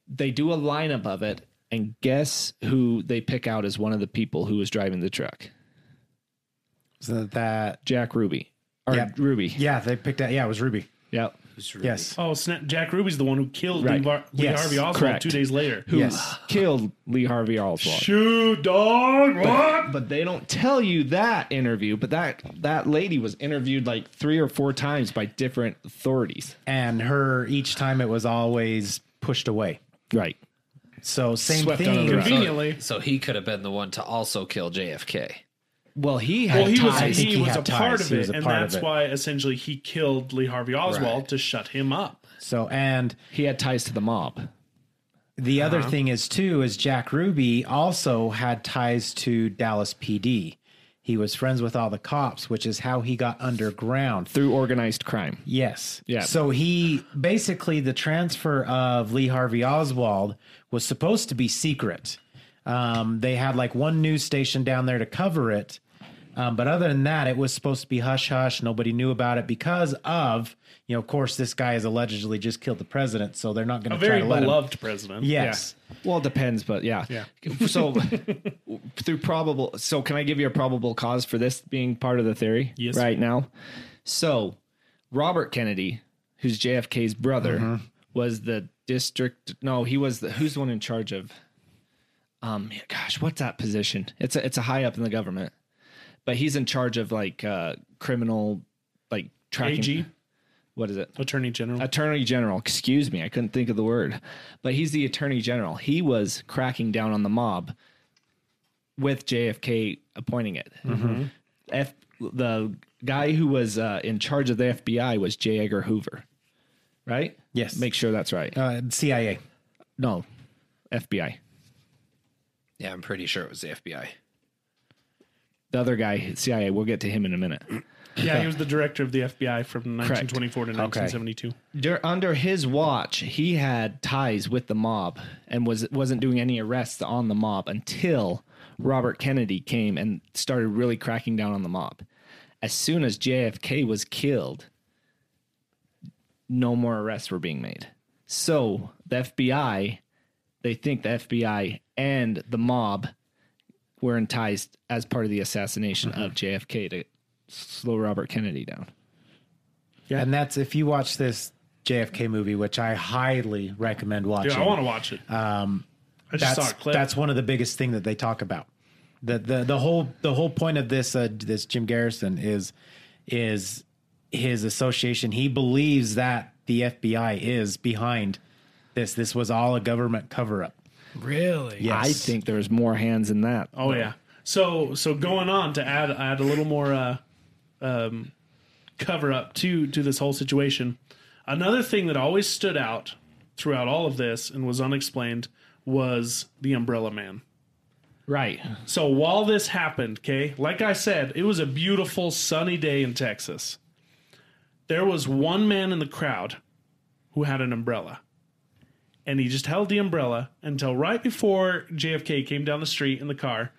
S4: They do a lineup of it, and guess who they pick out as one of the people who was driving the truck?
S5: So that
S4: Jack Ruby. Or
S5: Yeah.
S4: Ruby.
S5: yeah, they picked out. Yeah, it was Ruby.
S4: Yep.
S5: Yes.
S1: Oh, snap. Jack Ruby's the one who killed Lee,
S4: Right.
S1: Var- Lee
S5: Yes,
S1: Harvey Oswald
S4: correct.
S1: two days later.
S4: Who
S5: Yes.
S4: killed Lee Harvey Oswald.
S1: Shoot, dog. What?
S4: But they don't tell you that interview, but that that lady was interviewed like three or four times by different authorities.
S5: And her each time it was always pushed away.
S4: Right.
S5: So same
S4: Swept under the
S5: thing.
S4: rug.
S1: Conveniently.
S2: So he could have been the one to also kill JFK.
S4: Well, he had
S1: Well, he was,
S5: I
S1: he,
S5: think he
S1: was a
S5: had
S1: part
S5: ties.
S1: of
S5: He was
S1: it,
S5: a
S1: and
S5: part of
S1: that's
S5: it.
S1: why essentially he killed Lee Harvey Oswald to shut him up.
S5: So and
S4: he had ties to the mob.
S5: the
S1: Uh-huh.
S5: other thing is too is Jack Ruby also had ties to Dallas PD. He was friends with all the cops, which is how he got underground.
S4: through organized crime.
S5: Yes.
S4: Yeah.
S5: So he basically the transfer of Lee Harvey Oswald was supposed to be secret. Um, they had like one news station down there to cover it. Um, but other than that, it was supposed to be hush hush. Nobody knew about it because of, you know, of course, this guy has allegedly just killed the president, so they're not
S1: A
S5: going to try
S1: very
S5: to let him.
S1: beloved president.
S5: Yes.
S4: Well, it depends, but yeah.
S1: Yeah.
S4: So through probable so can I give you a probable cause for this being part of the theory
S1: Yes.
S4: right now? So Robert Kennedy, who's JFK's brother,
S1: Mm-hmm.
S4: was the district no, he was the who's the one in charge of um gosh, what's that position? It's a it's a high up in the government. But he's in charge of like uh criminal like tracking
S1: AG,
S4: what is it?
S1: Attorney General.
S4: attorney general excuse me i couldn't think of the word but he's the attorney general he was cracking down on the mob with jfk appointing it F, the guy who was uh, in charge of the fbi was j edgar hoover right
S5: Yes.
S4: make sure that's right
S5: Uh, CIA.
S4: no fbi
S2: Yeah, I'm pretty sure it was the FBI.
S4: the other guy cia we'll get to him in a minute
S1: yeah, he was the director of the FBI from 1924 to 1972.
S4: Dur- under his watch, he had ties with the mob and was wasn't doing any arrests on the mob until Robert Kennedy came and started really cracking down on the mob. As soon as JFK was killed, no more arrests were being made. So the FBI, they think the FBI and the mob were in ties as part of the assassination of JFK to slow Robert Kennedy down.
S5: And that's if you watch this JFK movie, which I highly recommend watching.
S1: Dude, I want to watch it. Um, I just
S5: that's
S1: saw a clip.
S5: that's one of the biggest thing that they talk about. The the the whole the whole point of this uh, this Jim Garrison is is his association. He believes that the FBI is behind this. This was all a government cover up.
S3: Really?
S5: Yes.
S4: I think there's more hands in that.
S1: Oh yeah. So so going on to add add a little more uh, um, cover up to to this whole situation. Another thing that always stood out throughout all of this and was unexplained was the Umbrella Man.
S4: Right.
S1: So while this happened, okay, like I said, it was a beautiful sunny day in Texas. There was one man in the crowd who had an umbrella. And he just held the umbrella until right before JFK came down the street in the car.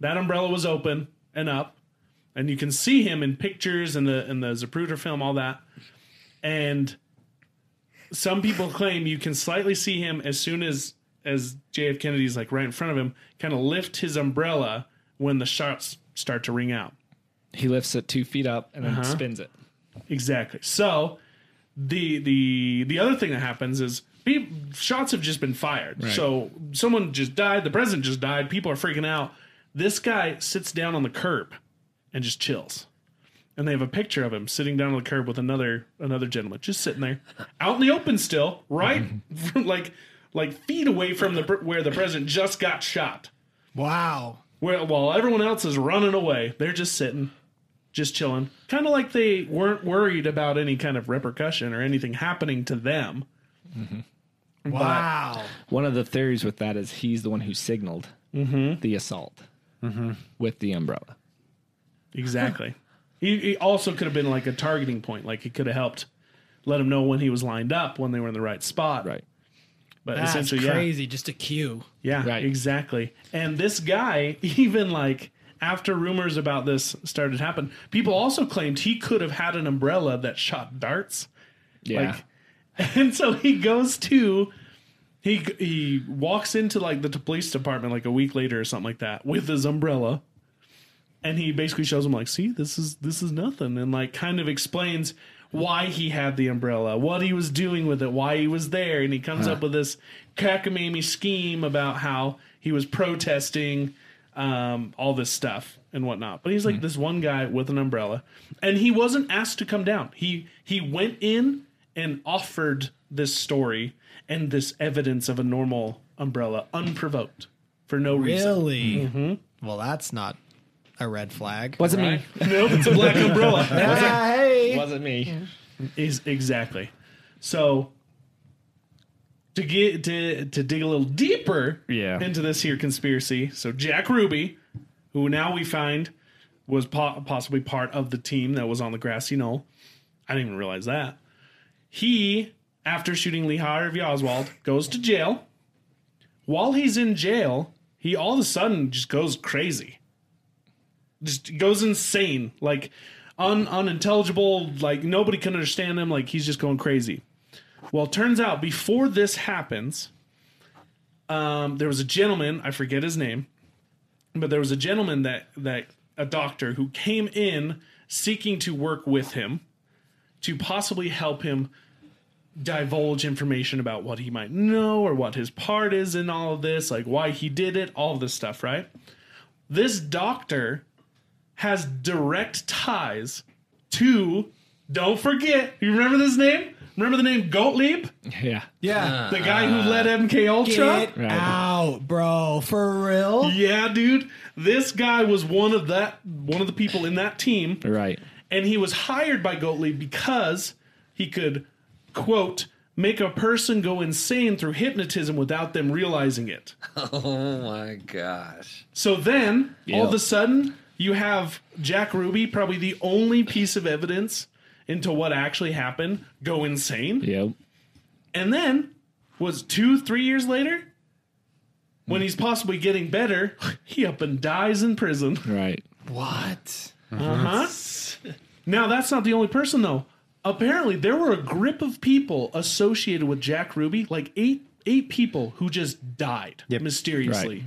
S1: That umbrella was open and up. And you can see him in pictures and the in the Zapruder film, all that. And some people claim you can slightly see him as soon as as JF Kennedy's like right in front of him, kind of lift his umbrella when the shots start to ring out.
S4: He lifts it two feet up and then spins it.
S1: Exactly. So the the the other thing that happens is pe- shots have just been fired. So someone just died. The president just died. People are freaking out. This guy sits down on the curb and just chills. and they have a picture of him sitting down on the curb with another another gentleman, just sitting there, out in the open still, right, like like feet away from the pr- where the president just got shot.
S3: Wow.
S1: Where while everyone else is running away, they're just sitting, just chilling, kind of like they weren't worried about any kind of repercussion or anything happening to them.
S3: Wow.
S4: One of the theories with that is he's the one who signaled the assault with the umbrella.
S1: Exactly. he, he also could have been like a targeting point. Like he could have helped let him know when he was lined up, when they were in the right spot.
S4: Right.
S1: But
S3: That's
S1: essentially, yeah.
S3: crazy. Just a cue.
S1: Yeah,
S4: Right.
S1: exactly. And this guy, even like after rumors about this started to happen, people also claimed he could have had an umbrella that shot darts.
S4: Yeah.
S1: And so he goes to he he walks into like the police department like a week later or something like that with his umbrella. And he basically shows him like, "See, this is this is nothing." And like kind of explains why he had the umbrella, what he was doing with it, why he was there, and he comes up with this cockamamie scheme about how he was protesting um, all this stuff and whatnot. But he's like this one guy with an umbrella, and he wasn't asked to come down. He he went in and offered this story and this evidence of a normal umbrella unprovoked for no reason. Mm-hmm.
S3: Really? Well, that's not a red flag.
S4: Wasn't me.
S1: Nope, it's a black umbrella.
S3: Ah, hey.
S4: Wasn't me.
S1: Is exactly. So to get to to dig a little deeper
S4: Yeah.
S1: into this here conspiracy. So Jack Ruby, who now we find was po- possibly part of the team that was on the grassy knoll. I didn't even realize that. He, after shooting Lee Harvey Oswald, goes to jail. While he's in jail, he all of a sudden just goes crazy. Just goes insane, like un- unintelligible, like nobody can understand him, like he's just going crazy. Well, turns out before this happens, um, there was a gentleman, I forget his name, but there was a gentleman that that a doctor who came in seeking to work with him to possibly help him divulge information about what he might know or what his part is in all of this, like why he did it, all of this stuff, right? This doctor has direct ties to don't forget, you remember this name? Remember the name Gottlieb?
S4: Yeah.
S3: Yeah.
S1: The guy who led MK Ultra?
S3: Get out, bro. For real?
S1: Yeah, dude. This guy was one of that one of the people in that team,
S4: Right.
S1: and he was hired by Gottlieb because he could quote make a person go insane through hypnotism without them realizing it.
S2: Oh my gosh.
S1: So then, all of a sudden, you have Jack Ruby, probably the only piece of evidence into what actually happened, go insane.
S4: Yep.
S1: And then was two, three years later, when he's possibly getting better, he up and dies in prison.
S4: Right.
S3: What?
S1: Uh-huh. Now that's not the only person though. Apparently there were a grip of people associated with Jack Ruby, like eight eight people who just died mysteriously.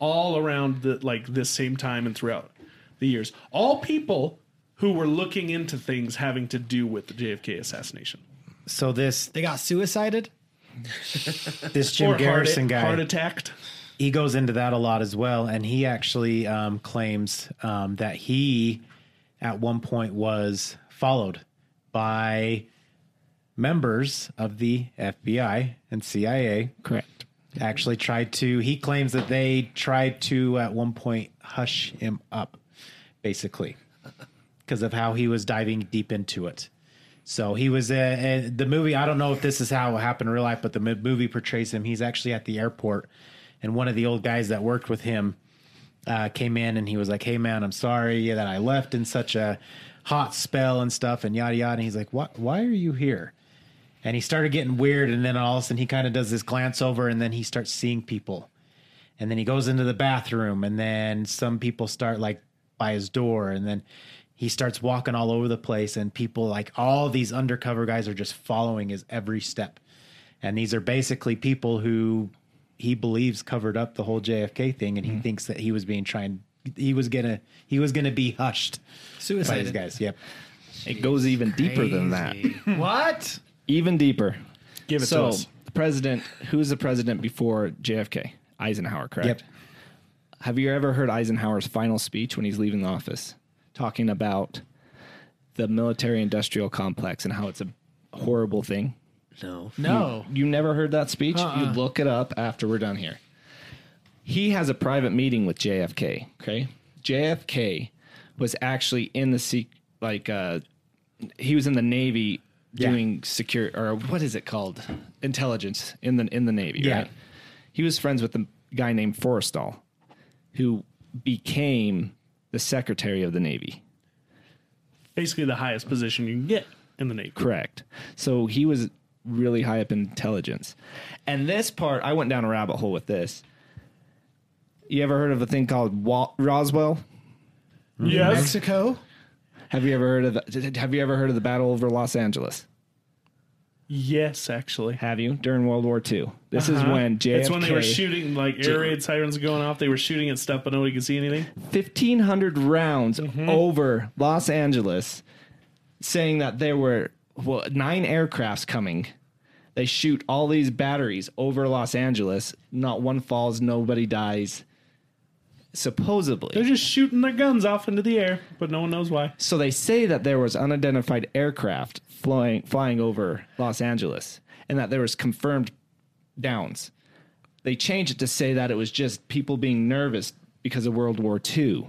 S1: All around the like this same time and throughout the years. All people who were looking into things having to do with the JFK assassination.
S5: So this
S3: They got suicided?
S5: this Jim Garrison
S1: heart,
S5: guy,
S1: heart attacked.
S5: he goes into that a lot as well, and he actually um, claims um, that he, at one point, was followed by members of the FBI and CIA.
S4: Correct.
S5: Actually, tried to. He claims that they tried to at one point hush him up, basically, because of how he was diving deep into it. So he was uh, uh, the movie. I don't know if this is how it happened in real life, but the mo- movie portrays him. He's actually at the airport, and one of the old guys that worked with him uh, came in and he was like, "Hey man, I'm sorry that I left in such a hot spell and stuff and yada yada." And he's like, "What? Why are you here?" And he started getting weird, and then all of a sudden he kind of does this glance over, and then he starts seeing people, and then he goes into the bathroom, and then some people start like by his door, and then he starts walking all over the place, and people like all these undercover guys are just following his every step, and these are basically people who he believes covered up the whole JFK thing, and he
S3: Mm-hmm.
S5: thinks that he was being trying, he was gonna, he was gonna be hushed by these
S3: Suicided.
S5: guys. Yep.
S4: It goes even deeper than that.
S3: What?
S4: Even deeper.
S1: Give it to
S4: So
S1: us.
S4: the president, who's the president before JFK? Eisenhower, correct?
S5: Yep.
S4: Have you ever heard Eisenhower's final speech when he's leaving the office, talking about the military industrial complex and how it's a horrible thing?
S2: No.
S3: No.
S4: You never heard that speech? You look it up after we're done here. He has a private meeting with JFK. Okay. JFK was actually in the sec- like uh he was in the Navy doing secure or what is it called? Intelligence in the in the Navy,
S5: Yeah.
S4: right? He was friends with a guy named Forrestal who became the secretary of the Navy.
S1: Basically, the highest position you can get in the Navy.
S4: Correct. So he was really high up in intelligence. And this part, I went down a rabbit hole with this. You ever heard of a thing called Wa- Roswell?
S1: Yes.
S3: Mexico.
S4: Have you ever heard of the, Have you ever heard of the battle over Los Angeles?
S1: Yes, actually.
S4: Have you during World War II? This is when JFK.
S1: Uh-huh. It's when they were shooting, like air raid sirens going off. They were shooting at stuff, but nobody could see anything.
S4: fifteen hundred rounds over Los Angeles, saying that there were well, nine aircrafts coming. They shoot all these batteries over Los Angeles. Not one falls. Nobody dies.
S1: They're
S4: Supposedly,
S1: just shooting their guns off into the air, but no one knows why.
S4: so they say that there was unidentified aircraft flying flying over Los Angeles, and that there was confirmed downs. They changed it to say that it was just people being nervous because of World War II.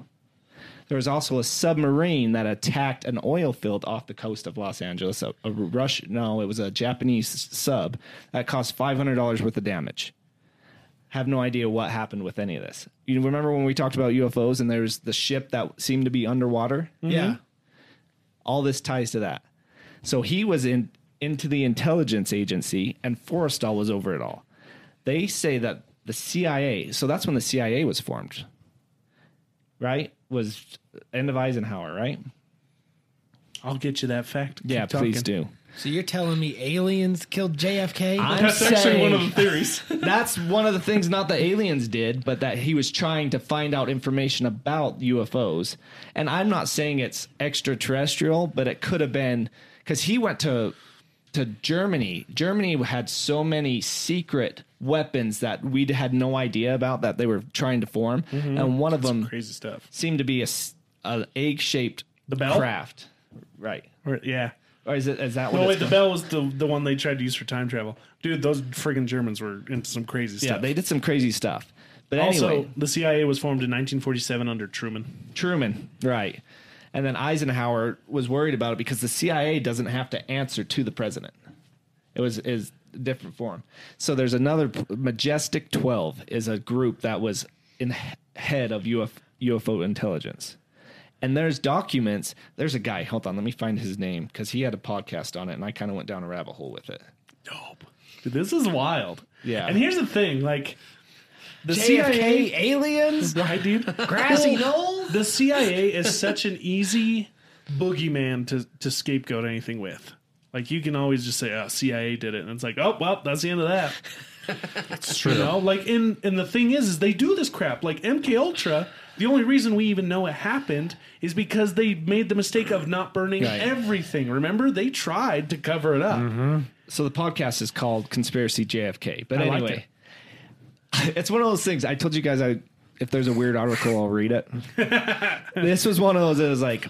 S4: There was also a submarine that attacked an oil field off the coast of Los Angeles. A, a Russian, no, it was a Japanese s- sub that cost five hundred dollars worth of damage. Have no idea what happened with any of this. You remember when we talked about UFOs and there's the ship that seemed to be underwater?
S3: Yeah.
S4: All this ties to that. So he was in into the intelligence agency, and Forrestal was over it all. They say that the CIA. So that's when the CIA was formed, right? Was end of Eisenhower, right?
S1: I'll get you that fact.
S4: Yeah,
S1: Keep
S4: please
S1: talking.
S4: do.
S3: So you're telling me aliens killed JFK?
S4: I'm
S1: That's actually one of the
S4: saying-
S1: theories.
S4: That's one of the things not the aliens did, but that he was trying to find out information about UFOs. And I'm not saying it's extraterrestrial, but it could have been because he went to to Germany. Germany had so many secret weapons that we had no idea about that they were trying to form, and one of them
S1: Mm-hmm. Crazy stuff.
S4: seemed to be a, s- a egg shaped
S1: The bell?
S4: craft, right?
S1: Or- yeah.
S4: Or is it is that what?
S1: No,
S4: it's
S1: Oh, wait, the
S4: called?
S1: bell was the, the one they tried to use for time travel. Dude, those friggin' Germans were into some crazy
S4: yeah,
S1: stuff.
S4: they did some crazy stuff. But
S1: also,
S4: anyway,
S1: the CIA was formed in 1947 under Truman.
S4: Truman, right. And then Eisenhower was worried about it because the CIA doesn't have to answer to the president. It was is a different form. So there's another Majestic 12 is a group that was in he- head of UFO, UFO intelligence. And there's documents. There's a guy. Hold on, let me find his name because he had a podcast on it, and I kind of went down a rabbit hole with it.
S1: Dope. Dude, this is wild.
S4: Yeah.
S1: And here's the thing, like the
S3: JFK
S1: CIA
S3: aliens?
S1: Right, dude?
S3: Grassy knoll?
S1: the CIA is such an easy boogeyman to, to scapegoat anything with. Like you can always just say, "Oh, CIA did it," and it's like, "Oh, well, that's the end of that." It's true. You know, like in and the thing is, is they do this crap. Like MK Ultra, the only reason we even know it happened is because they made the mistake of not burning
S4: Right. Mm-hmm.
S1: everything. Remember, they tried to cover it up.
S4: so the podcast is called Conspiracy JFK. But
S1: I liked
S4: anyway, it's one of those things. I told you guys I if there's a weird article, I'll read it. this was one of those. It was like,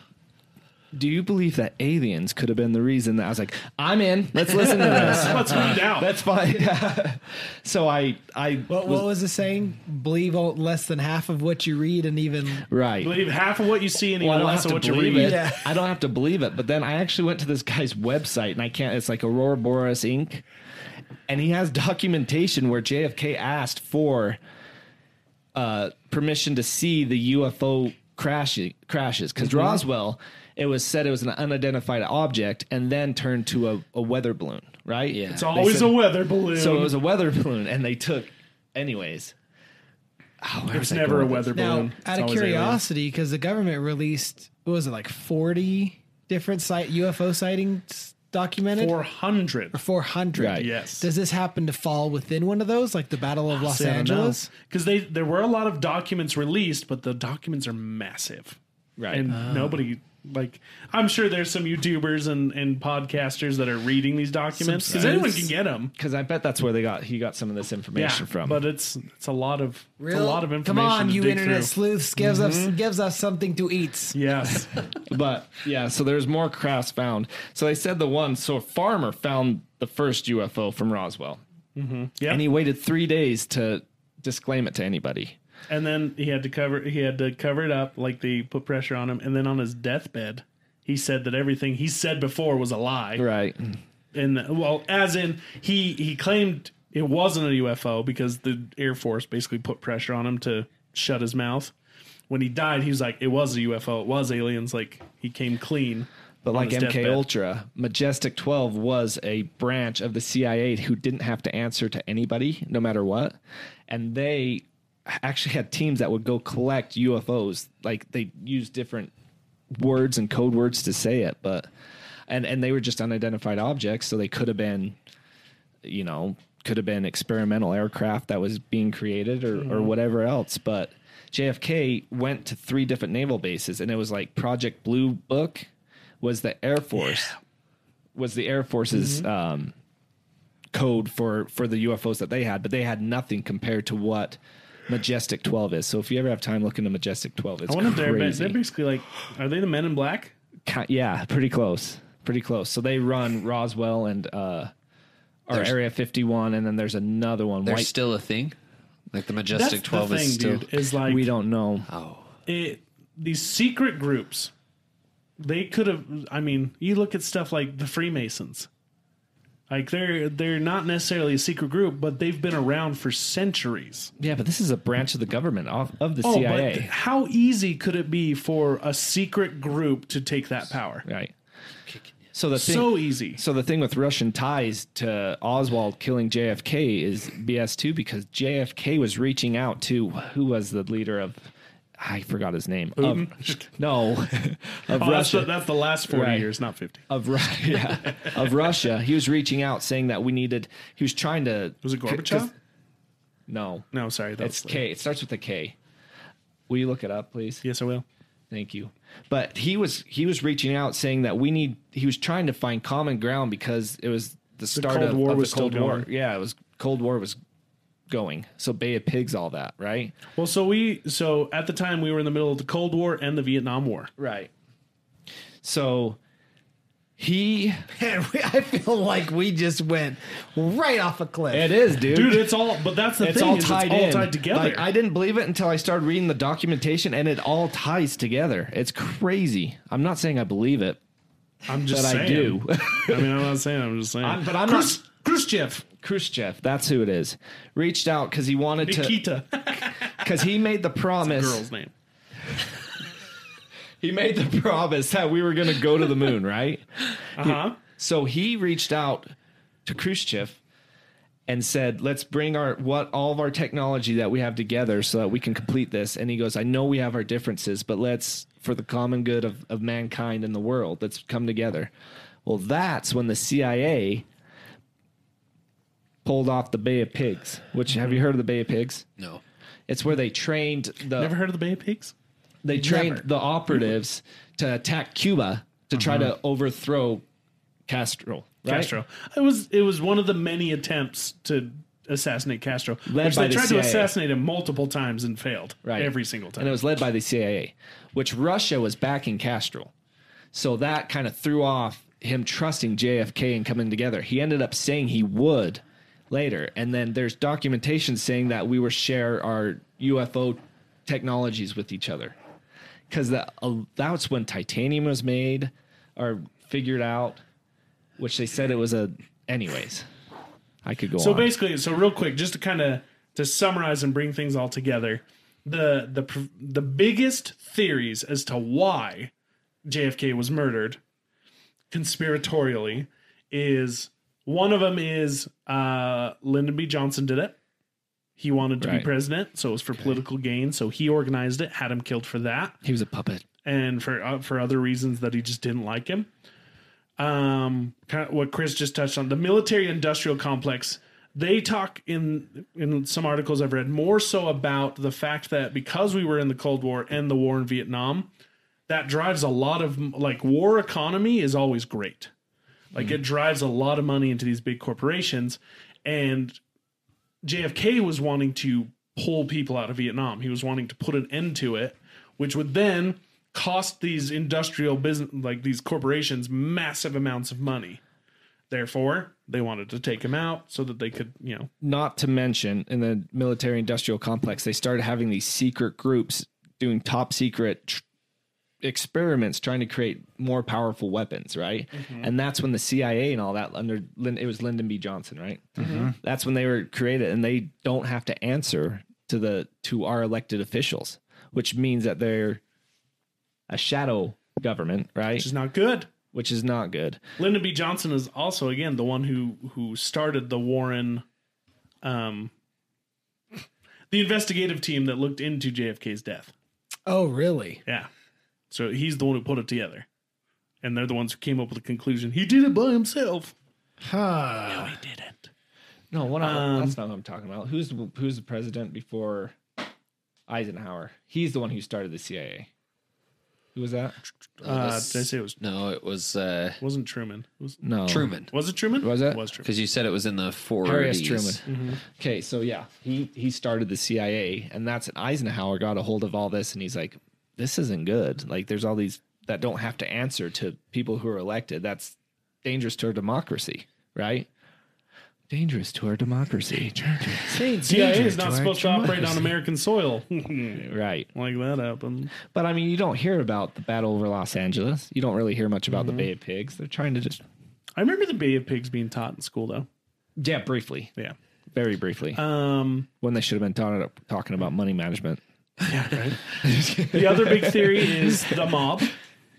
S4: do you believe that aliens could have been the reason that I was like, I'm in. Let's listen to this.
S1: Let's find out.
S4: That's fine. so I I
S3: What, what was the saying? Believe all, less than half of what you read, and even
S4: right.
S1: believe half of what you see and
S4: Well, I
S1: even
S4: don't
S1: less
S4: have
S1: of
S4: to
S1: what you
S4: believe
S1: read.
S4: it.
S3: Yeah.
S4: I don't have to believe it. But then I actually went to this guy's website, and I can't. It's like Aurora Boris Inc. And he has documentation where JFK asked for uh, permission to see the UFO crash, crashes because
S1: Mm-hmm.
S4: Roswell, it was said it was an unidentified object, and then turned to a, a weather balloon. Right?
S2: Yeah.
S1: It's always
S4: said-
S1: a weather balloon.
S4: So it was a weather balloon, and they took. Anyways, oh, where
S1: it's
S4: was I
S1: never a
S4: going with
S1: weather
S3: now
S1: balloon. It's
S3: out of
S1: always aliens.
S3: curiosity, because the government released what was it like forty different site UFO sightings documented?
S1: Four hundred.
S3: Four hundred.
S4: Right.
S1: Yes.
S3: Does this happen to fall within one of those, like the Battle of Los Angeles?
S1: Because they there were a lot of documents released, but the documents are massive.
S4: Right.
S1: And
S3: Ah.
S1: nobody like I'm sure there's some YouTubers and and podcasters that are reading these documents because anyone can get them.
S4: Because I bet that's where they got he got some of this
S1: Yeah,
S4: information from.
S1: but it's it's a lot of it's a
S3: Real-
S1: lot of information.
S3: Come on,
S1: to
S3: you
S1: dig
S3: internet
S1: through. Mm-hmm.
S3: sleuths gives us gives us something to eat.
S1: Yes.
S4: But yeah, so there's more crafts found. So they said the one, so a farmer found the first UFO from Roswell.
S1: Mm-hmm, Yeah.
S4: And he waited three days to disclaim it to anybody.
S1: and then he had to cover he had to cover it up like they put pressure on him and then on his deathbed he said that everything he said before was a lie
S4: Right.
S1: and well as in he he claimed it wasn't a UFO because the air force basically put pressure on him to shut his mouth when he died he was like it was a UFO it was aliens like he came clean
S4: But
S1: on
S4: like
S1: his
S4: MK
S1: deathbed.
S4: Ultra, Majestic 12 was a branch of the CIA who didn't have to answer to anybody, no matter what. And they actually had teams that would go collect UFOs. Like they used different words and code words to say it, but and and they were just unidentified objects, so they could have been, you know, could have been experimental aircraft that was being created or
S1: Mm-hmm.
S4: or whatever else, but. JFK went to three different naval bases, and it was like Project Blue Book, was the Air Force was the Air Force's
S1: Mm-hmm.
S4: um, code for for the UFOs that they had, but they had nothing compared to what Majestic Twelve is. So if you ever have time, look into Majestic Twelve. It's
S1: I wonder if they're, ba-
S4: crazy.
S1: they're basically like are they the men in black
S4: Ki- yeah, pretty close, pretty close. So they run Roswell and uh, or
S2: There's-
S4: Area Fifty One, and then there's another one.
S2: There's
S4: White.
S2: still a thing. Like the
S1: that's
S2: Majestic
S1: the
S2: 12
S1: thing
S2: is still.
S1: dude is like
S4: we don't know.
S2: Oh.
S1: it, these secret groups they could have i mean you look at stuff like the freemasons like they're they're not necessarily a secret group but they've been around for centuries
S4: Yeah, but this is a branch of the government of, of
S2: Oh,
S4: the
S1: Oh, but
S4: CIA,
S1: how easy could it be for a secret group to take that power
S4: right? So the thing,
S1: so easy
S4: So the thing with Russian ties to Oswald killing JFK is BS too, because JFK was reaching out to who was the leader of, I forgot his name. Of- no, of
S1: Mm-hmm. oh, that's, the,
S4: um, Russia.
S1: that's the last 40
S4: Right.
S1: years not 50
S4: of Russia, yeah, of Russia. He was reaching out saying that we needed. He was trying to.
S1: was it
S4: c- 'cause-
S1: gorbachev
S4: No,
S1: no sorry that's
S4: it's K. It starts with a K. Will you look it up, please?
S1: yes i will
S4: Thank you. But he was he was reaching out saying that we need he was trying to find common ground because it was the start
S1: Cold
S4: of,
S1: War
S4: of
S1: was
S4: the
S1: still
S4: Cold War.
S1: going.
S4: Yeah, it was Cold War was going. So Bay of Pigs, all that, right?
S1: well so we so at the time we were in the middle of the cold war and the vietnam war
S4: Right. So he
S3: Man, we, I feel like we just went right off a cliff.
S4: it is, dude.
S1: dude it's all but that's the
S4: it's
S1: thing
S4: all
S1: is
S4: tied
S1: it's all
S4: in.
S1: tied together
S4: Like, I didn't believe it until I started reading the documentation, and it all ties together. It's crazy. I'm not saying I believe it,
S1: i'm
S4: but
S1: just
S4: I
S1: saying.
S4: do.
S1: i mean i'm not saying i'm just saying
S4: I'm- but I'm
S1: Khrush- khrushchev
S4: Khrushchev, that's who it is, reached out because he wanted to
S1: nikita
S4: because he made the promise.
S1: girl's name
S4: He made the promise that we were going to go to the moon, right?
S1: uh-huh
S4: So he reached out to Khrushchev and said, "Let's bring our what all of our technology that we have together so that we can complete this." And he goes, "I know we have our differences, but let's for the common good of, of mankind and the world, let's come together." Well, that's when the CIA pulled off the Bay of Pigs. Which have
S1: Mm-hmm.
S4: you heard of the Bay of Pigs?
S2: No.
S4: It's where they trained the
S1: never heard of the bay of pigs
S4: they trained the operatives to attack Cuba to try to overthrow Castro. Right?
S1: castro it was it was one of the many attempts to assassinate castro
S4: Led
S1: which
S4: by
S1: they
S4: the
S1: tried to
S4: CIA.
S1: assassinate him multiple times and failed
S4: Right.
S1: every single time
S4: And it was led by the CIA, which Russia was backing Castro. So that kind of threw off him trusting JFK and coming together. He ended up saying he would later. And then there's documentation saying that we were share our UFO technologies with each other. Because that, uh, that's when titanium was made or figured out, which they said it was a. Anyways, I could go
S1: So
S4: on.
S1: basically, so real quick, just to kind of to summarize and bring things all together, the the pr- the biggest theories as to why JFK was murdered conspiratorially is one of them is uh, Lyndon B. Johnson did it. He wanted to be
S4: Right.
S1: president, so it was for political gain. So he organized it, had him killed for that
S4: he was a puppet.
S1: and for uh, for other reasons that he just didn't like him. Um, kind of what Chris just touched on the military industrial complex. They talk in in some articles I've read more so about the fact that because we were in the Cold War and the war in Vietnam, that drives a lot of like war economy is always great. Like it drives a lot of money into these big corporations and JFK was wanting to pull people out of Vietnam. He was wanting to put an end to it, which would then cost these industrial business like these corporations massive amounts of money. Therefore, they wanted to take him out so that they could, you know,
S4: Not to mention, in the military industrial complex, they started having these secret groups doing top secret tr- experiments trying to create more powerful weapons, right?
S1: Mm-hmm.
S4: And that's when the CIA and all that under Lin- it was Lyndon B. Johnson, right?
S1: Mm-hmm.
S4: That's when they were created, and they don't have to answer to the to our elected officials, which means that they're a shadow government, right?
S1: which is not good.
S4: Which is not good.
S1: Lyndon B. Johnson is also again the one who who started the Warren, um, the investigative team that looked into JFK's death.
S3: Oh, really?
S1: Yeah, so he's the one who put it together, and they're the ones who came up with the conclusion he did it by himself.
S3: Huh.
S1: He didn't.
S4: No, what I- that's not what I'm talking about. Who's the, who's the president before Eisenhower? He's the one who started the CIA. Who was that?
S1: Uh, did I say it was
S2: No, it was uh,
S1: wasn't Truman? It was,
S4: No,
S2: Truman
S1: was it Truman?
S4: Was it?
S1: Was Truman?
S2: because you said it was in the 40s.
S4: Oh. Harry S. Truman. Okay, so yeah, he he started the CIA, and that's Eisenhower got a hold of all this, and he's like, "This isn't good. Like, there's all these that don't have to answer to people who are elected. That's dangerous to our democracy, right? Dangerous to our democracy.
S1: CIA is not supposed to operate on American soil.
S4: right.
S1: like that happened.
S4: But I mean, you don't hear about the battle over Los Angeles. You don't really hear much
S5: Mm-hmm.
S4: about the Bay of Pigs. They're trying to just
S1: I remember the Bay of Pigs being taught in school though.
S4: yeah, briefly,
S1: Yeah.
S4: very briefly,
S5: Uh,
S1: Um,
S4: when they should have been talking talking about money management.
S1: the other big theory is the mob.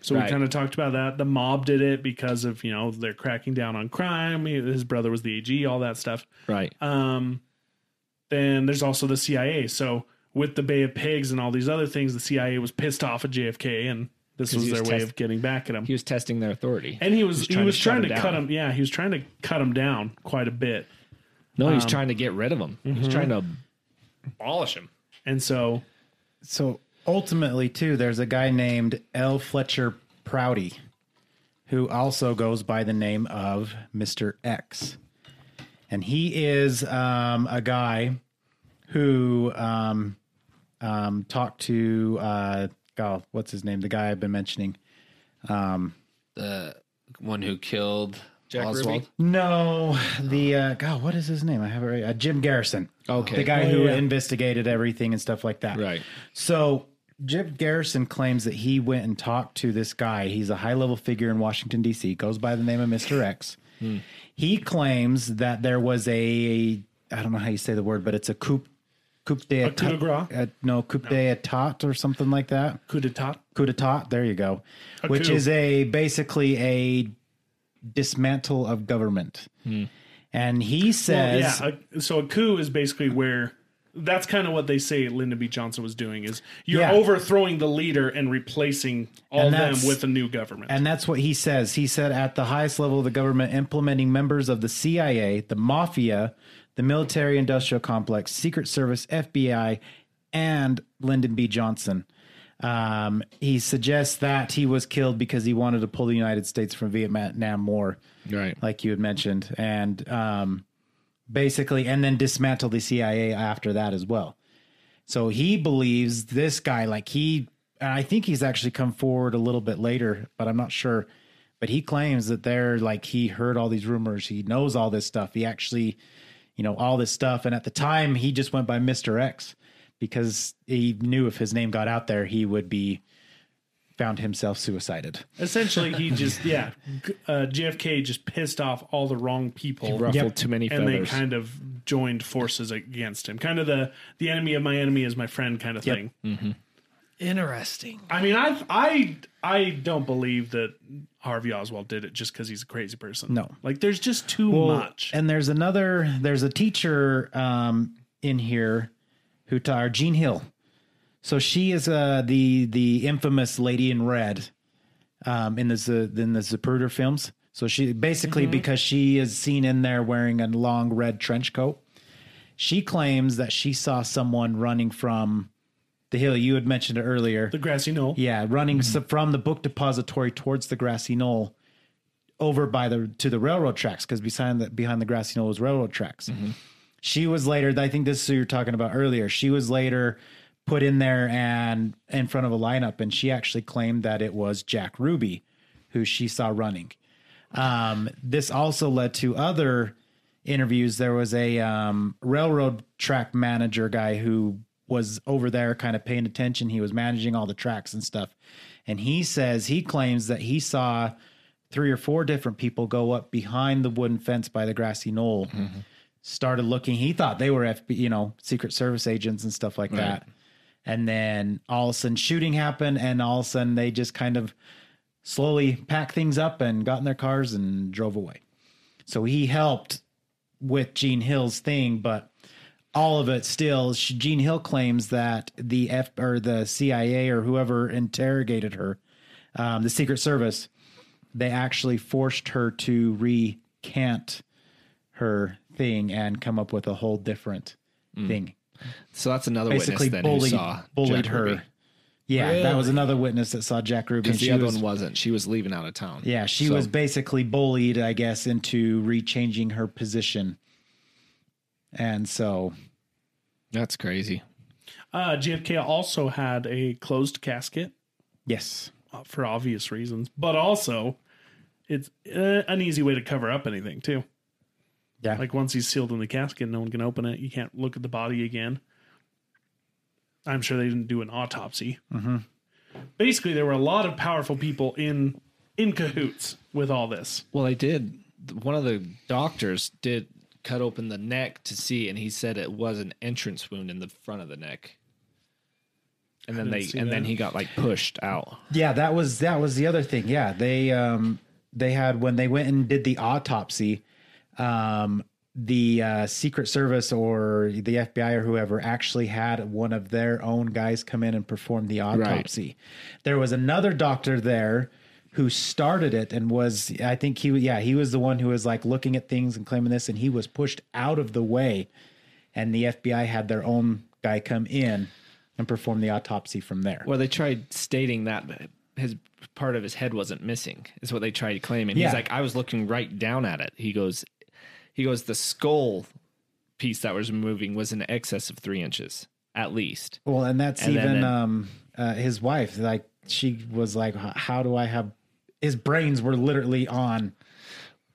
S1: So we
S4: Right.
S1: kind of talked about that. The mob did it because of you know they're cracking down on crime. His brother was the AG, all that stuff.
S4: Right.
S5: Uh,
S1: Um, then there's also the CIA. So with the Bay of Pigs and all these other things, the CIA was pissed off at JFK, and this was
S4: he
S1: their
S4: was
S1: way
S4: test-
S1: of getting back at him.
S4: he was testing their authority.
S1: and he was he
S4: trying to
S1: was
S4: shut
S1: trying
S4: him
S1: to cut
S4: down.
S1: him. Yeah, he was trying to cut him down quite a bit.
S4: no, he was
S5: um,
S4: trying to get rid of him. He was
S5: mm-hmm.
S4: trying to abolish him.
S1: And so
S5: So ultimately, too, there's a guy named L. Fletcher Prouty, who also goes by the name of Mr. X. And he is um, a guy who um, um, talked to, uh, oh, what's his name? The guy I've been mentioning.
S2: The one who killed
S4: Jack
S2: Oswald.
S4: Ruby?
S5: No, the, uh, God, what is his name? I have it right. Uh, Jim Garrison.
S4: Okay.
S5: The
S1: Oh,
S5: guy who investigated everything and stuff like that.
S4: Right.
S5: So Jim Garrison claims that he went and talked to this guy. He's a high level figure in Washington, D.C., goes by the name of Mr. X.
S4: Hmm.
S5: He claims that there was a, I don't know how you say the word, but it's a coup,
S1: coup
S5: coup
S1: de grace?
S5: d'etat. uh, No, coup d'etat or something like that
S1: coup d'état.
S5: coup d'etat. There you go, which
S1: coup.
S5: is a basically a dismantle of government. And he
S1: Well,
S5: says,
S1: yeah. a- so a coup is basically where that's kind of what they say Lyndon B. Johnson was doing is you're
S5: Yeah.
S1: overthrowing the leader and replacing all
S5: And
S1: them
S5: that's-
S1: with a new government.
S5: and that's what he says. He said at the highest level of the government, implementing members of the CIA, the mafia, the military industrial complex, Secret Service, FBI, and Lyndon B. Johnson. Um, he suggests that he was killed because he wanted to pull the United States from Vietnam War.
S4: Right.
S5: like you had mentioned, and um, basically, and then dismantle the CIA after that as well. So he believes this guy, like he, and I think he's actually come forward a little bit later, but I'm not sure. But he claims that they're like he heard all these rumors, he knows all this stuff, he actually, you know, all this stuff, and at the time he just went by Mister X because he knew if his name got out there, he would be found himself suicided.
S1: Essentially, he just yeah, g- uh, JFK just pissed off all the wrong people,
S4: ruffled
S5: Yep.
S4: too many
S1: and they
S4: feathers.
S1: kind of joined forces against him. Kind of the the enemy of my enemy is my friend kind of thing.
S3: Interesting.
S1: I mean, I I I don't believe that Harvey Oswald did it just because he's a crazy person.
S5: No.
S1: like there's just too much.
S5: And there's another, there's a teacher um, in here who taught Jean Hill. So she is uh, the the infamous lady in red um, in the Z- in the Zapruder films. So she basically
S1: Mm-hmm.
S5: because she is seen in there wearing a long red trench coat. She claims that she saw someone running from the hill you had mentioned it earlier.
S1: The grassy knoll.
S5: yeah, running s- from the book depository towards the grassy knoll, over by the to the railroad tracks because behind the behind the grassy knoll was railroad tracks. She was later. I think this is who you're talking about earlier. She was later put in there and in front of a lineup, and she actually claimed that it was Jack Ruby who she saw running. Um, this also led to other interviews. There was a um, railroad track manager guy who was over there kind of paying attention. He was managing all the tracks and stuff. And he says, he claims that he saw three or four different people go up behind the wooden fence by the grassy knoll, started looking. He thought they were FB, you know, Secret Service agents and stuff like that. And then all of a sudden shooting happened, and all of a sudden they just kind of slowly packed things up and got in their cars and drove away. So he helped with Gene Hill's thing, but all of it still. She, Gene Hill claims that the F or the CIA or whoever interrogated her, um, the Secret Service, they actually forced her to recant her thing and come up with a whole different thing.
S4: So that's another
S5: Basically,
S4: Hmm. witness then who
S5: bullied
S4: saw
S5: bullied
S4: Jack
S5: her.
S4: Ruby.
S5: Yeah, that was another witness that saw Jack Ruby. and
S4: because the
S5: she
S4: other
S5: was-
S4: one wasn't. She was leaving out of town.
S5: Yeah, she
S4: So-
S5: was basically bullied, I guess, into rechanging her position. And so,
S4: That's crazy.
S1: Uh, JFK also had a closed casket
S5: yes,
S1: uh, for obvious reasons, but also it's uh, an easy way to cover up anything too.
S5: Yeah.
S1: like once he's sealed in the casket, no one can open it. You can't look at the body again. I'm sure they didn't do an autopsy. Basically, there were a lot of powerful people in in cahoots with all this.
S4: Well, I did. One of the doctors did cut open the neck to see, and he said it was an entrance wound in the front of the neck. And then they,
S1: see
S4: and then
S1: that.
S4: he got like pushed out.
S5: yeah, that was that was the other thing. Yeah, they um they had when they went and did the autopsy, um the uh, Secret Service or the FBI or whoever actually had one of their own guys come in and perform the autopsy. There was another doctor there who started it and was I think he yeah he was the one who was like looking at things and claiming this and he was pushed out of the way and the FBI had their own guy come in and perform the autopsy from there.
S4: Well, they tried stating that his part of his head wasn't missing, is what they tried claiming.
S5: Yeah.
S4: He's like, I was looking right down at it. He goes, he goes, the skull piece that was moving was in excess of three inches at least.
S5: Well, and that's
S4: And then-
S5: even
S4: then-
S5: um uh, his wife. Like she was like, "H- "How do I have?" His brains were literally on